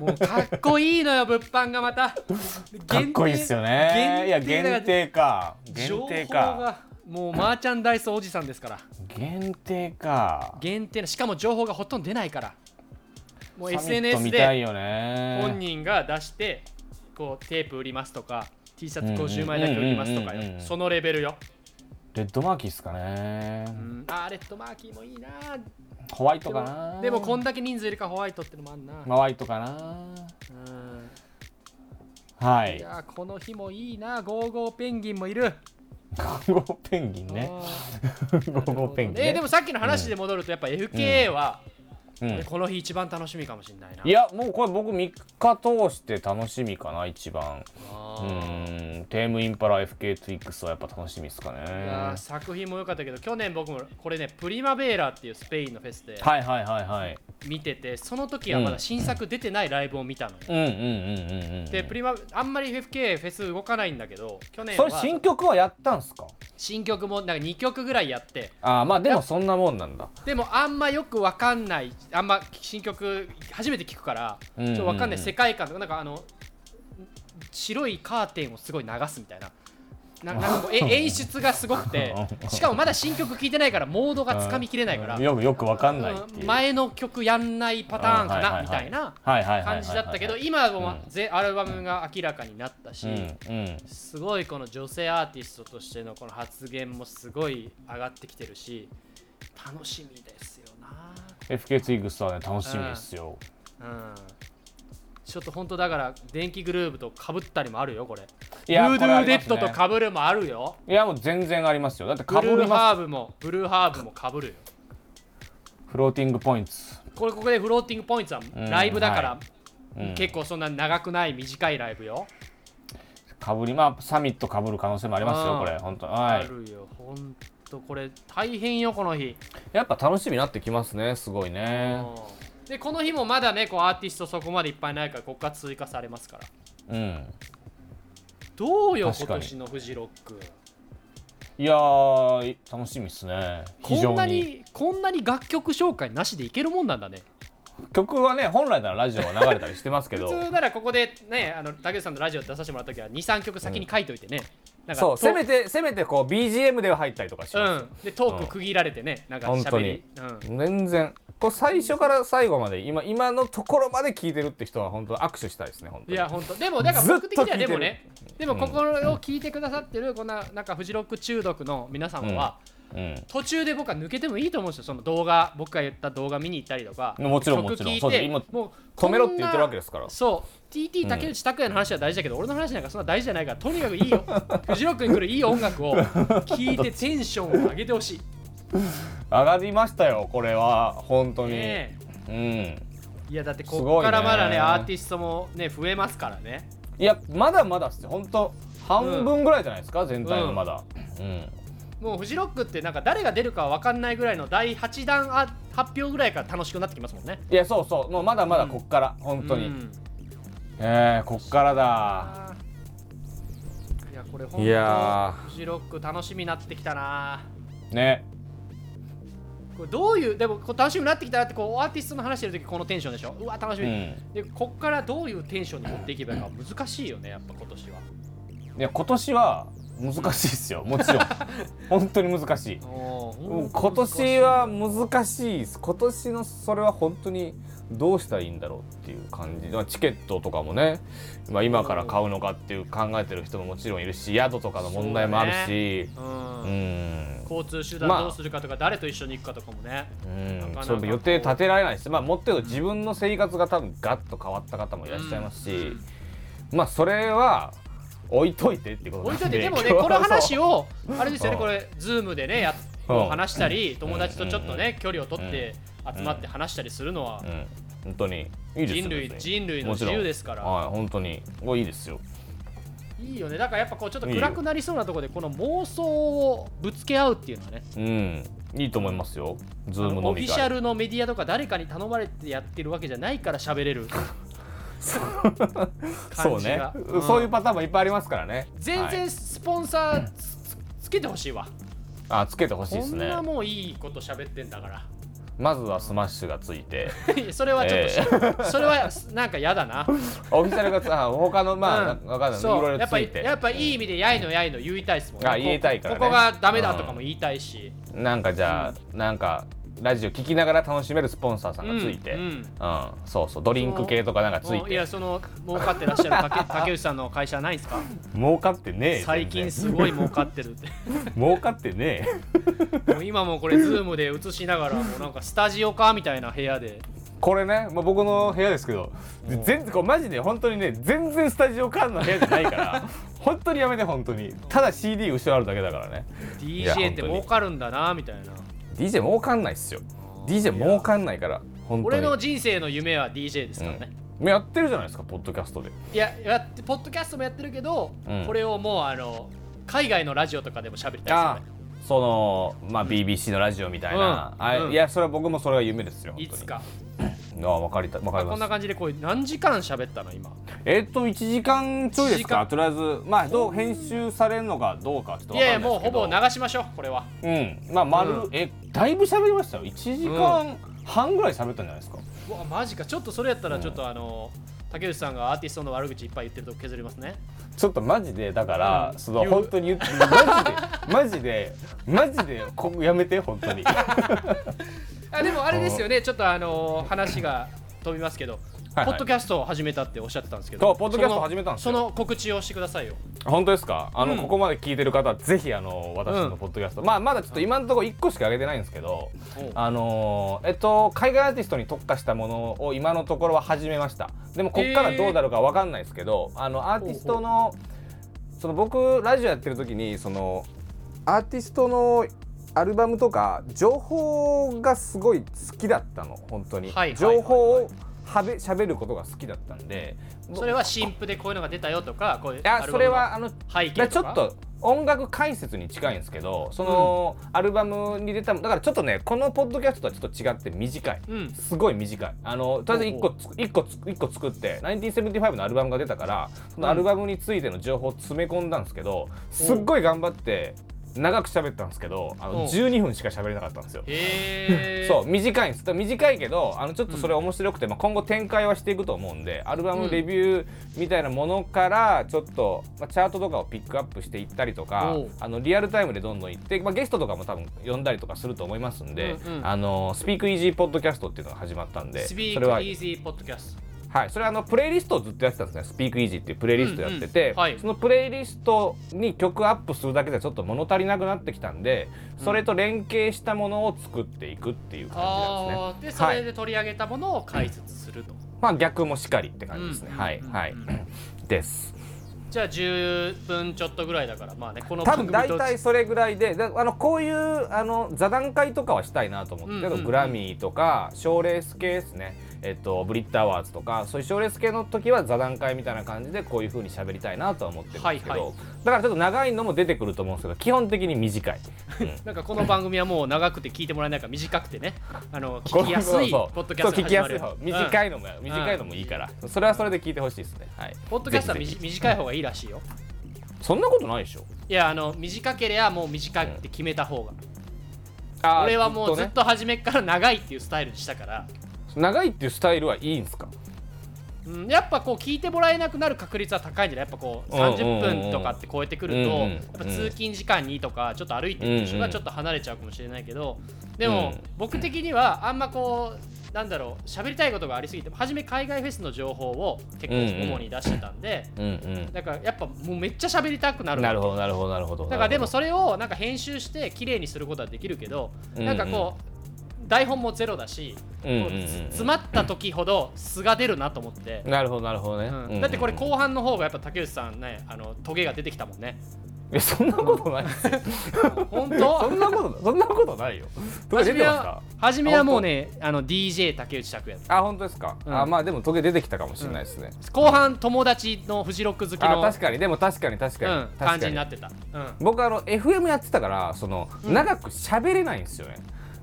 [SPEAKER 3] もうかっこいいのよ物販がまた
[SPEAKER 2] かっこいいっすよねいや
[SPEAKER 3] 限定だ
[SPEAKER 2] 限定か
[SPEAKER 3] から
[SPEAKER 2] 限
[SPEAKER 3] 情
[SPEAKER 2] 定
[SPEAKER 3] 報
[SPEAKER 2] か
[SPEAKER 3] がもうマーチャンダイスおじさんですから
[SPEAKER 2] 限定か
[SPEAKER 3] 限定のしかも情報がほとんど出ないからもう
[SPEAKER 2] サミット
[SPEAKER 3] SNS
[SPEAKER 2] 見たい
[SPEAKER 3] で
[SPEAKER 2] よね
[SPEAKER 3] 本人が出してこうテープ売りますとか T シャツ
[SPEAKER 2] うんう
[SPEAKER 3] 50
[SPEAKER 2] ん
[SPEAKER 3] 枚だけ売りますとか
[SPEAKER 2] うんうんうんう
[SPEAKER 3] よ
[SPEAKER 2] ん
[SPEAKER 3] そのレベルよ、
[SPEAKER 2] レッドマーキーっすかね
[SPEAKER 3] うん、あーレッドマーキーもいいな
[SPEAKER 2] ホワイト
[SPEAKER 3] で
[SPEAKER 2] かな
[SPEAKER 3] もでもこんだけ人数いるからホワイトってのもあんな、
[SPEAKER 2] ホワイトかな
[SPEAKER 3] うん
[SPEAKER 2] はいい
[SPEAKER 3] やーこの日もいいなゴーゴーペンギンもいる
[SPEAKER 2] ゴーペンギンねゴーゴーペンギンね
[SPEAKER 3] えーでもさっきの話で戻るとやっぱ FKA は、
[SPEAKER 2] うん
[SPEAKER 3] この日一番楽しみかもしれないな。
[SPEAKER 2] いやもうこれ僕3日通して楽しみかな一番
[SPEAKER 3] あ
[SPEAKER 2] う
[SPEAKER 3] ー
[SPEAKER 2] ーんテームインパラ FK2X はやっぱ楽しみですかね
[SPEAKER 3] いやー作品も良かったけど去年僕もこれねプリマベーラっていうスペインのフェスで
[SPEAKER 2] はいはいはいはい
[SPEAKER 3] 見ててその時はまだ新作出てないライブを見たのよ。
[SPEAKER 2] うんうんうんうんうん
[SPEAKER 3] でプリマあんまり FK フェス動かないんだけど去年
[SPEAKER 2] それ
[SPEAKER 3] は
[SPEAKER 2] 新曲はやったんすか
[SPEAKER 3] 新曲もなんか2曲ぐらいやって
[SPEAKER 2] ああまあでもそんなもんなんだ
[SPEAKER 3] でもあんまよくわかんないあんま新曲初めて聞くからち
[SPEAKER 2] うん
[SPEAKER 3] ょっとわかんな
[SPEAKER 2] うんう
[SPEAKER 3] い
[SPEAKER 2] ん
[SPEAKER 3] 世界観とかなんかあの白いカーテンをすごい流すみたいな。なな んかこうえ演出がすごくてしかもまだ新曲聴いてないからモードがつかみきれないから
[SPEAKER 2] よくよくわかんないっていう
[SPEAKER 3] 前の曲やんないパターンかなみたいな感
[SPEAKER 2] 感
[SPEAKER 3] じだったけど今はもう
[SPEAKER 2] う
[SPEAKER 3] ぜアルバムが明らかになったし、
[SPEAKER 2] うんうん
[SPEAKER 3] すごいこの女性アーティストとしてのこの発言もすごい上がってきてるし楽しみですよ
[SPEAKER 2] FK2X はね楽しみですよ
[SPEAKER 3] な、うん、ちょっと本当だから電気グルーヴとかぶったりもあるよこれ
[SPEAKER 2] いや
[SPEAKER 3] ブー
[SPEAKER 2] こ
[SPEAKER 3] ド
[SPEAKER 2] れ
[SPEAKER 3] ゥ
[SPEAKER 2] あ
[SPEAKER 3] ー
[SPEAKER 2] り
[SPEAKER 3] デ
[SPEAKER 2] ま
[SPEAKER 3] ッ
[SPEAKER 2] す
[SPEAKER 3] ド
[SPEAKER 2] ね
[SPEAKER 3] とかぶるもあるよ
[SPEAKER 2] いやもう全然ありますよだって
[SPEAKER 3] ブ
[SPEAKER 2] かぶ
[SPEAKER 3] ルー
[SPEAKER 2] りま
[SPEAKER 3] ハ
[SPEAKER 2] す
[SPEAKER 3] ーブもブルーハーブもかぶるよ
[SPEAKER 2] フローティングポイント
[SPEAKER 3] これここでフローティングポイントは
[SPEAKER 2] ん
[SPEAKER 3] ライブだから、
[SPEAKER 2] はうん
[SPEAKER 3] 結構そんな長くない短いライブよ、
[SPEAKER 2] かぶりまあサミットかぶる可能性もあります
[SPEAKER 3] うん
[SPEAKER 2] よこれ本当は
[SPEAKER 3] あ
[SPEAKER 2] い
[SPEAKER 3] るよほんとこれ大変よこの日、
[SPEAKER 2] やっぱ楽しみになってきますねすごいね
[SPEAKER 3] うんでこの日もまだねこうアーティストそこまでいっぱいないからここから追加されますか
[SPEAKER 2] う
[SPEAKER 3] ら
[SPEAKER 2] ん
[SPEAKER 3] どうよ
[SPEAKER 2] 確
[SPEAKER 3] 今
[SPEAKER 2] かに
[SPEAKER 3] 年のフジロック
[SPEAKER 2] いやー楽しみですね非
[SPEAKER 3] こん
[SPEAKER 2] 常
[SPEAKER 3] な
[SPEAKER 2] に
[SPEAKER 3] にこんなに楽曲紹介なしでいけるもんなんだね
[SPEAKER 2] 曲はね本来ならラジオが流れたりしてますけ
[SPEAKER 3] 普
[SPEAKER 2] ど
[SPEAKER 3] 通ならここでねあの竹内さんのラジオ出させてもらった時は23曲先に書いといてね、なんか
[SPEAKER 2] そう
[SPEAKER 3] と
[SPEAKER 2] せめてせめてこう BGM では入ったりとかし
[SPEAKER 3] う
[SPEAKER 2] ます、
[SPEAKER 3] んでトーク区切られてね、なんかしゃべり、うん、
[SPEAKER 2] 全然こう最初から最後まで今今のところまで聞いてるって人は本当握手したいですね本当
[SPEAKER 3] い
[SPEAKER 2] に
[SPEAKER 3] や本当でもだから僕的にはでもねでも
[SPEAKER 2] ん
[SPEAKER 3] ここを聞いてくださってるこんななんかフジロック中毒の皆様は、
[SPEAKER 2] うん
[SPEAKER 3] 途中で僕は抜けてもいいと思うんですよその動画僕が言った動画見に行ったりとか
[SPEAKER 2] もちろんも
[SPEAKER 3] 曲
[SPEAKER 2] ちろん
[SPEAKER 3] 聞い
[SPEAKER 2] そうです
[SPEAKER 3] て
[SPEAKER 2] 今
[SPEAKER 3] もう
[SPEAKER 2] 止めろって言ってるわけですすから
[SPEAKER 3] そう TT 竹内拓也の話は大事だけど、俺の話なんかそんな大事じゃないからとにかくい いよフジロックに来るいい音楽を聞いてテンションを上げて ほしい、
[SPEAKER 2] 上がりましたよこれは本当に、
[SPEAKER 3] ね
[SPEAKER 2] うん
[SPEAKER 3] え、いやだってこ
[SPEAKER 2] す
[SPEAKER 3] こ
[SPEAKER 2] ごいね
[SPEAKER 3] からまだねアーティストもね増えますからね
[SPEAKER 2] いやまだまだっすよ本当半分ぐらいじゃないですか、全体のまだうん、
[SPEAKER 3] もうフジロックってなんか誰が出るか分かんないぐらいの第8弾あ発表ぐらいから楽しくなってきますもんね。
[SPEAKER 2] いやそうそうもうまだまだこっから、本当に、
[SPEAKER 3] うん
[SPEAKER 2] えー、こっからだ
[SPEAKER 3] あーいやこれ
[SPEAKER 2] いや
[SPEAKER 3] 本当フジロック楽しみになってきたな。
[SPEAKER 2] ね
[SPEAKER 3] これどういうでもこう楽しみになってきたなってこうアーティストの話してる時このテンションでしょ。うわ楽し
[SPEAKER 2] う
[SPEAKER 3] み。
[SPEAKER 2] ん
[SPEAKER 3] でこっからどういうテンションに持っていけばいいか難しいよねやっぱ今年は。
[SPEAKER 2] いや今年は難しいですよもちろ ん本当に難しいもう今年は難しいです今年のそれは本当にどうしたらいいんだろうっていう感じまあチケットとかもね、まあ、今から買うのかっていう考えてる人ももちろんいるし宿とかの問題もあるし
[SPEAKER 3] う
[SPEAKER 2] う,、
[SPEAKER 3] ん、
[SPEAKER 2] ん
[SPEAKER 3] 交通手段
[SPEAKER 2] まあ
[SPEAKER 3] どうするかとか、誰と一緒に行くかとかもね。
[SPEAKER 2] うん
[SPEAKER 3] なかなか
[SPEAKER 2] そう予定立てられないし、まあ、もっと言うと自分の生活が多分ガッと変わった方もいらっしゃいますし、まあそれは置いといてってこと
[SPEAKER 3] 置
[SPEAKER 2] ないん
[SPEAKER 3] といて でもね
[SPEAKER 2] 今日
[SPEAKER 3] この
[SPEAKER 2] は
[SPEAKER 3] 話をあれですよね
[SPEAKER 2] うん
[SPEAKER 3] これ Zoom でねやっ
[SPEAKER 2] うん
[SPEAKER 3] 話したり友達とちょっと
[SPEAKER 2] うん
[SPEAKER 3] ね距離を取って集まって話したりするのは
[SPEAKER 2] うん、本当にいいですよ
[SPEAKER 3] 人類
[SPEAKER 2] 別に
[SPEAKER 3] 人類の
[SPEAKER 2] もちろん
[SPEAKER 3] 自由ですから
[SPEAKER 2] はい本当にもういいですよ
[SPEAKER 3] いいよねだからやっぱこうちょっと
[SPEAKER 2] いいよ
[SPEAKER 3] 暗くなりそうなところでこの妄想をぶつけ合うっていうのはね
[SPEAKER 2] うんいいと思いますよズ
[SPEAKER 3] あ
[SPEAKER 2] ー
[SPEAKER 3] の
[SPEAKER 2] ム
[SPEAKER 3] オ
[SPEAKER 2] 飲
[SPEAKER 3] フ
[SPEAKER 2] み
[SPEAKER 3] ィ
[SPEAKER 2] 会
[SPEAKER 3] シャルのメディアとか誰かに頼まれてやってるわけじゃないから 喋れる
[SPEAKER 2] そ
[SPEAKER 3] 感
[SPEAKER 2] う
[SPEAKER 3] じ
[SPEAKER 2] ね
[SPEAKER 3] が、ん
[SPEAKER 2] そういうパターンもいっぱいありますからね
[SPEAKER 3] 全
[SPEAKER 2] はい
[SPEAKER 3] 然スポンサーつつつけてほしいわ
[SPEAKER 2] あつけてほしいで
[SPEAKER 3] こ
[SPEAKER 2] す
[SPEAKER 3] ん
[SPEAKER 2] ね
[SPEAKER 3] なもういいこと喋ってんだから
[SPEAKER 2] まずはスマッシュがついて
[SPEAKER 3] いやそれはちょっとし、
[SPEAKER 2] え
[SPEAKER 3] それはなんか嫌だな
[SPEAKER 2] オフィシャルがつあ他のまあ、
[SPEAKER 3] うん
[SPEAKER 2] わかんないい
[SPEAKER 3] そ
[SPEAKER 2] ろ
[SPEAKER 3] う
[SPEAKER 2] い
[SPEAKER 3] や
[SPEAKER 2] ろ
[SPEAKER 3] っ
[SPEAKER 2] つ
[SPEAKER 3] ぱ
[SPEAKER 2] いて
[SPEAKER 3] やっぱいい意味でやいのやいの言いたいですもん
[SPEAKER 2] あ言いたいからね
[SPEAKER 3] ここここがダメだとかも言いたいし、
[SPEAKER 2] なんかじゃあなんかラジオ聞きながら楽しめるスポンサーさんがついて、
[SPEAKER 3] う
[SPEAKER 2] うんん
[SPEAKER 3] うん
[SPEAKER 2] そうそうドリンク系とかなんかつい
[SPEAKER 3] もうい
[SPEAKER 2] て
[SPEAKER 3] やその儲かってらっしゃる竹竹内さんの会社はないんですか
[SPEAKER 2] 儲かってねえよ
[SPEAKER 3] 最近すごい儲かってる って
[SPEAKER 2] 全然儲かってねえ
[SPEAKER 3] もう今もこれズームで映しながらもうなんかスタジオかみたいな部屋で
[SPEAKER 2] これね、まあ、僕の部屋ですけど全然これマジで本当にね全然スタジオ感の部屋じゃないから 本当にやめて本当にただ CD 後ろあるだけだからねや
[SPEAKER 3] DJ って儲かるんだなみたいな
[SPEAKER 2] DJ 儲かんないっすよ DJ 儲かんないから本当に
[SPEAKER 3] 俺の人生の夢は DJ ですからね、
[SPEAKER 2] うんやってるじゃないですかポッドキャストで
[SPEAKER 3] いややってポッドキャストもやってるけど、
[SPEAKER 2] うん
[SPEAKER 3] これをもうあの海外のラジオとかでも喋りたい
[SPEAKER 2] あ
[SPEAKER 3] ですよね
[SPEAKER 2] あそのまあ BBC のラジオみたいな、
[SPEAKER 3] うん
[SPEAKER 2] あ
[SPEAKER 3] うん
[SPEAKER 2] いやそれは僕もそれは夢ですよ
[SPEAKER 3] いつか
[SPEAKER 2] 本当にああ分かりた分かり
[SPEAKER 3] こ
[SPEAKER 2] ま
[SPEAKER 3] ん
[SPEAKER 2] す
[SPEAKER 3] な感じでこう何時間喋ったの今
[SPEAKER 2] えっと1時間ちょいです
[SPEAKER 3] 一時間
[SPEAKER 2] かとりあえずまあどう編集されるのかどうかちょっと分かん
[SPEAKER 3] いや
[SPEAKER 2] ない
[SPEAKER 3] いや
[SPEAKER 2] ですけど
[SPEAKER 3] もうほぼ流しましょうこれは
[SPEAKER 2] うんまあ丸、
[SPEAKER 3] うん
[SPEAKER 2] えだいぶ喋りましたよ1時間半ぐらい喋ったんじゃないですか、
[SPEAKER 3] うわマジかちょっとそれやったらちょっとあの、竹内さんがアーティストの悪口いっぱい言ってるとこ削りますね
[SPEAKER 2] ちょっとマジでだから、
[SPEAKER 3] うん
[SPEAKER 2] その
[SPEAKER 3] 言う
[SPEAKER 2] 本当に言ってマジでマジでマジでこやめて本当には
[SPEAKER 3] あでもあれですよねちょっとあの話が飛びますけど、
[SPEAKER 2] はい
[SPEAKER 3] ポッドキャストを始めたっておっしゃってたんですけ
[SPEAKER 2] そ
[SPEAKER 3] ど
[SPEAKER 2] うポッドキャスト始めたんですよ
[SPEAKER 3] そのその告知をしてくださいよ
[SPEAKER 2] 本当ですかあの、
[SPEAKER 3] うん
[SPEAKER 2] ここまで聞いてる方はぜひあの私
[SPEAKER 3] うん
[SPEAKER 2] のポッドキャスト、まあまだちょっと今のところ1個しか上げてないんですけど、
[SPEAKER 3] うん
[SPEAKER 2] あのーえっと海外アーティストに特化したものを今のところは始めましたでもこっからどうなるかわかんないですけど、あのアーティストのその僕ラジオやってる時にそのアーティストのアルバムとか情報がすごい好きだったの本当に、
[SPEAKER 3] はいはいはいはい
[SPEAKER 2] 情報をはべ喋ることが好きだったんで
[SPEAKER 3] それは新譜でこういうのが出たよとかこういう
[SPEAKER 2] いや
[SPEAKER 3] アル
[SPEAKER 2] そ
[SPEAKER 3] バム
[SPEAKER 2] れ
[SPEAKER 3] の
[SPEAKER 2] はあの
[SPEAKER 3] 背景
[SPEAKER 2] だか
[SPEAKER 3] とから
[SPEAKER 2] ちょっと音楽解説に近いんですけどそのアルバムに出ただからちょっとねこのポッドキャストとはちょっと違って短い、
[SPEAKER 3] うん
[SPEAKER 2] すごい短いあのとりあえず1
[SPEAKER 3] ほ
[SPEAKER 2] 個つ一個つ一個作って1975のアルバムが出たからそのアルバムについての情報を詰め込んだんですけどすっごい頑張って長く喋ったんですけどあ
[SPEAKER 3] うん
[SPEAKER 2] の12分しか喋れなかったんですよ。
[SPEAKER 3] へえ
[SPEAKER 2] そう短いんですだから短いけどあのちょっとそれ面白くて、まあ、今後展開はしていくと思うんでアルバムレビューみたいなものからちょっと、まあ、チャートとかをピックアップしていったりとか
[SPEAKER 3] おう
[SPEAKER 2] あのリアルタイムでどんどん行って、まあ、ゲストとかも多分呼んだりとかすると思いますんで、
[SPEAKER 3] うんうん
[SPEAKER 2] あのスピークイージーポッドキャストっていうのが始まったんで
[SPEAKER 3] スピー
[SPEAKER 2] それは
[SPEAKER 3] クイージーポッドキャスト
[SPEAKER 2] はい、それはあのプレイリストをずっとやってたんですね「スピークイージーっていうプレイリストやって
[SPEAKER 3] うん
[SPEAKER 2] て、
[SPEAKER 3] うんはい
[SPEAKER 2] そのプレイリストに曲アップするだけではちょっと物足りなくなってきたんでそれと連携したものを作っていくっていう感じなん
[SPEAKER 3] あー
[SPEAKER 2] で
[SPEAKER 3] です
[SPEAKER 2] ね。
[SPEAKER 3] そ
[SPEAKER 2] は
[SPEAKER 3] れ
[SPEAKER 2] い
[SPEAKER 3] で取り上げたものを解説すると、
[SPEAKER 2] まあ、逆もしかりって感じですね。
[SPEAKER 3] うん
[SPEAKER 2] はい、
[SPEAKER 3] うん
[SPEAKER 2] はい、 です。
[SPEAKER 3] じゃあ10分ちょっとぐらいだからまあねこの
[SPEAKER 2] 多分
[SPEAKER 3] 番
[SPEAKER 2] 大
[SPEAKER 3] 組と
[SPEAKER 2] 体それぐらいでだあのこういうあの座談会とかはしたいなと思って、
[SPEAKER 3] うんうんうん
[SPEAKER 2] グラミーとか賞レース系ですね、えっと、ブリッターワーズとかそういう賞レース系の時は座談会みたいな感じでこういうふうに喋りたいなとは思ってるんですけど、
[SPEAKER 3] はいはい
[SPEAKER 2] だからちょっと長いのも出てくると思うんですけど基本的に短い。
[SPEAKER 3] なんかこの番組はもう長くて聞いてもらえないから短くてねあの聞きやす
[SPEAKER 2] そう
[SPEAKER 3] いポ
[SPEAKER 2] そう
[SPEAKER 3] ッドキャスト
[SPEAKER 2] そう聞きやすい方
[SPEAKER 3] 方
[SPEAKER 2] 短いのも、短いのもいいから、それはそれで聞いてほしいですね。はい。
[SPEAKER 3] ポッドキャストは
[SPEAKER 2] ぜひぜ
[SPEAKER 3] 短短い方がいいらしいよ
[SPEAKER 2] ひそんなことないでしょ。
[SPEAKER 3] いやあの短ければもう短くって決めた方が、
[SPEAKER 2] あー
[SPEAKER 3] 俺はもうずっ
[SPEAKER 2] ね
[SPEAKER 3] と初めから長いっていうスタイルにしたから、
[SPEAKER 2] 長いっていうスタイルはいいんですか。
[SPEAKER 3] うん、やっぱこう聞いてもらえなくなる確率は高いんじゃないやっぱこう
[SPEAKER 2] うんうんうん
[SPEAKER 3] 30分とかって超えてくると、
[SPEAKER 2] うんうん
[SPEAKER 3] やっぱ通勤時間にとかちょっと歩いてる人がちょっと離れちゃうかもしれないけど、でも
[SPEAKER 2] うん
[SPEAKER 3] 僕的にはあんまこうなんだろう喋りたいことがありすぎて初め海外フェスの情報を結構主に出してたんで、
[SPEAKER 2] うんうん。
[SPEAKER 3] だからやっぱもうめっちゃ喋りたくなる
[SPEAKER 2] なるほどなるほどなるほど。
[SPEAKER 3] だからでもそれをなんか編集して綺麗にすることはできるけど、
[SPEAKER 2] うんうん
[SPEAKER 3] なんかこう台本もゼロだし、
[SPEAKER 2] うんうんうん
[SPEAKER 3] こうつ詰まった時ほど素が出るなと思って、
[SPEAKER 2] なるほどなるほどね、うんうん
[SPEAKER 3] だってこれ後半の方がやっぱ竹内さんねあのトゲが出てきたも んね
[SPEAKER 2] いやそんなことないですよ
[SPEAKER 3] 本
[SPEAKER 2] そ
[SPEAKER 3] 当
[SPEAKER 2] んなことそんなことないよトゲ
[SPEAKER 3] 初
[SPEAKER 2] 出
[SPEAKER 3] め
[SPEAKER 2] てますか
[SPEAKER 3] は初めはもうねあの DJ 竹内拓也
[SPEAKER 2] あ本当ですか、
[SPEAKER 3] うん
[SPEAKER 2] あまあでもトゲ出てきたかもしれないですね、
[SPEAKER 3] 後半友達のフジロック好き
[SPEAKER 2] あ
[SPEAKER 3] の、
[SPEAKER 2] 確かにでも確かに確かに、
[SPEAKER 3] うん
[SPEAKER 2] 確か
[SPEAKER 3] 感じになってた、うん、あ
[SPEAKER 2] 僕あの FM やってたからその、
[SPEAKER 3] うん
[SPEAKER 2] 長く喋れないんですよね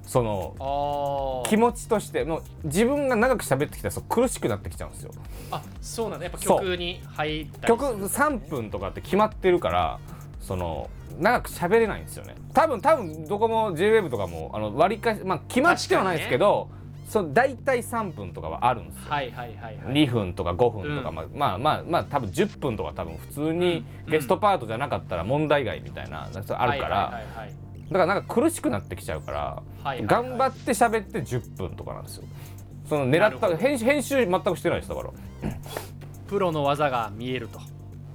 [SPEAKER 2] その
[SPEAKER 3] あ
[SPEAKER 2] 気持ちとしてもう自分が長く喋ってきたらそう苦しくなってきちゃうんですよ
[SPEAKER 3] あそうなんだやっぱ曲に入ったりする
[SPEAKER 2] 曲3分とかって決まってるからその長く喋れないんですよね多分多分どこも JWAVE とかもあの割りかし、まあ、決まってはないですけど、その大体3分とかはあるんですよ、
[SPEAKER 3] はいはいはいはい。
[SPEAKER 2] 2分とか5分とか、
[SPEAKER 3] うん
[SPEAKER 2] まあまあまあまあ多分10分とか多分普通に
[SPEAKER 3] うん
[SPEAKER 2] ゲストパートじゃなかったら問題外みたいなやつあるから、
[SPEAKER 3] はいはいはい
[SPEAKER 2] だからなんか苦しくなってきちゃうから、
[SPEAKER 3] はいはいはい
[SPEAKER 2] 頑張って喋って10分とかなんですよその
[SPEAKER 3] な
[SPEAKER 2] 狙
[SPEAKER 3] る
[SPEAKER 2] っ
[SPEAKER 3] ほど
[SPEAKER 2] た編集編集全くしてないですだから
[SPEAKER 3] プロの技が見えると。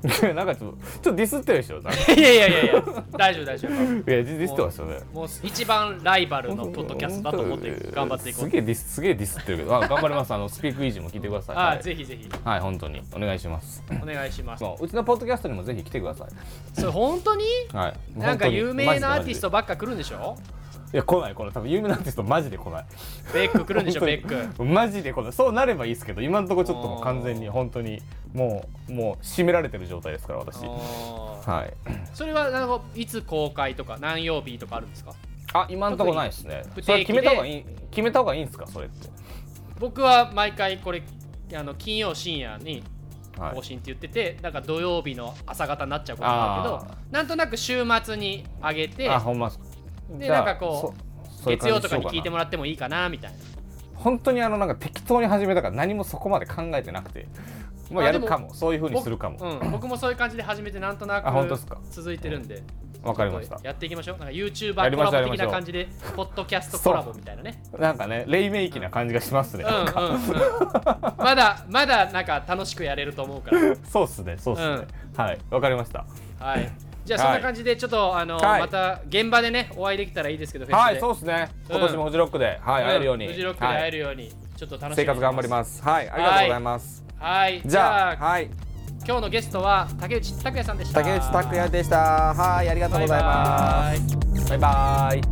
[SPEAKER 2] なんかちょっとちょっとディスってるでしょなんか
[SPEAKER 3] いやいやいやいや、大丈夫大丈夫。
[SPEAKER 2] いやディディスってますよね
[SPEAKER 3] もう一番ライバルのポッドキャストだと思って頑張っていこ
[SPEAKER 2] す
[SPEAKER 3] う。
[SPEAKER 2] げえディスすげえディスってるけどあ頑張りますあのスピークイージーも聞いてください
[SPEAKER 3] あ
[SPEAKER 2] はい、
[SPEAKER 3] ぜひぜひ
[SPEAKER 2] はい、本当にお願いします
[SPEAKER 3] お願いします。
[SPEAKER 2] そううちのポッドキャストにもぜひ来てください
[SPEAKER 3] それ本当に
[SPEAKER 2] はい
[SPEAKER 3] なん
[SPEAKER 2] 本
[SPEAKER 3] か
[SPEAKER 2] 当に
[SPEAKER 3] 有名
[SPEAKER 2] マジで
[SPEAKER 3] な
[SPEAKER 2] マ
[SPEAKER 3] アー
[SPEAKER 2] ジ
[SPEAKER 3] テ
[SPEAKER 2] で
[SPEAKER 3] ィストばっか来るんでしょ
[SPEAKER 2] いや来ない来ない多分有名なアーティストマジで来ない
[SPEAKER 3] ベック来るんでしょ
[SPEAKER 2] 本
[SPEAKER 3] ベ
[SPEAKER 2] 当に
[SPEAKER 3] ック。
[SPEAKER 2] マジで来ないそうなればいいですけど今のところちょっともう完全に本当にもうもう締められてる状態ですから私
[SPEAKER 3] あー
[SPEAKER 2] はい
[SPEAKER 3] それはなんかいつ公開とか何曜日とかあるんですか
[SPEAKER 2] あ今のところないですね
[SPEAKER 3] 不定期で
[SPEAKER 2] それ決めた方がいい決めた方がいいんですかそれって
[SPEAKER 3] 僕は毎回これあの金曜深夜に
[SPEAKER 2] はい
[SPEAKER 3] 更新って言ってて、なんか土曜日の朝方になっちゃうことなんだけ
[SPEAKER 2] あ
[SPEAKER 3] どなんとなく週末に上げて
[SPEAKER 2] あほんまっすか
[SPEAKER 3] で
[SPEAKER 2] じゃあ
[SPEAKER 3] なんかこ
[SPEAKER 2] そそういう
[SPEAKER 3] 月
[SPEAKER 2] 感じ
[SPEAKER 3] 曜とかに聞い
[SPEAKER 2] し
[SPEAKER 3] て
[SPEAKER 2] よう
[SPEAKER 3] もらってもいいかなみたいな
[SPEAKER 2] かな本当にあのなんか適当に始めたから何もそこまで考えてなくてもう
[SPEAKER 3] あ
[SPEAKER 2] や
[SPEAKER 3] で
[SPEAKER 2] る
[SPEAKER 3] も
[SPEAKER 2] かもそういうふうに
[SPEAKER 3] 僕
[SPEAKER 2] するかも
[SPEAKER 3] うん、僕もそういう感じで始めてなんとな
[SPEAKER 2] あ本当っす
[SPEAKER 3] く
[SPEAKER 2] か
[SPEAKER 3] 続いてるんで
[SPEAKER 2] わかりました
[SPEAKER 3] やっていきましょうなんか YouTuber
[SPEAKER 2] やりましょう
[SPEAKER 3] コラ
[SPEAKER 2] やり
[SPEAKER 3] ボ
[SPEAKER 2] ま
[SPEAKER 3] 的
[SPEAKER 2] しょ
[SPEAKER 3] な
[SPEAKER 2] う
[SPEAKER 3] 感じでポッドキャストコラボみたいなね
[SPEAKER 2] なんかね黎明期な感じがしますね
[SPEAKER 3] うんうんうん まだまだなんか楽しくやれると思うから
[SPEAKER 2] そうっすねそうっすねはいわかりました
[SPEAKER 3] はいじゃあそんな感じでちょっとあの、
[SPEAKER 2] はい
[SPEAKER 3] また現場でねお会いできたらいいですけどフェスで
[SPEAKER 2] はいそうっすね今年もフジロックではい会えるように
[SPEAKER 3] んフジロックで会える
[SPEAKER 2] はい
[SPEAKER 3] ように、ちょっと楽しみ
[SPEAKER 2] 生
[SPEAKER 3] にし
[SPEAKER 2] 活頑張りますはいありがとうございます
[SPEAKER 3] はい
[SPEAKER 2] じ
[SPEAKER 3] じゃあ
[SPEAKER 2] ゃあはい
[SPEAKER 3] 今日のゲストは竹内拓也さんでした
[SPEAKER 2] 竹内拓也でしたはいありがとうございますバイバーイ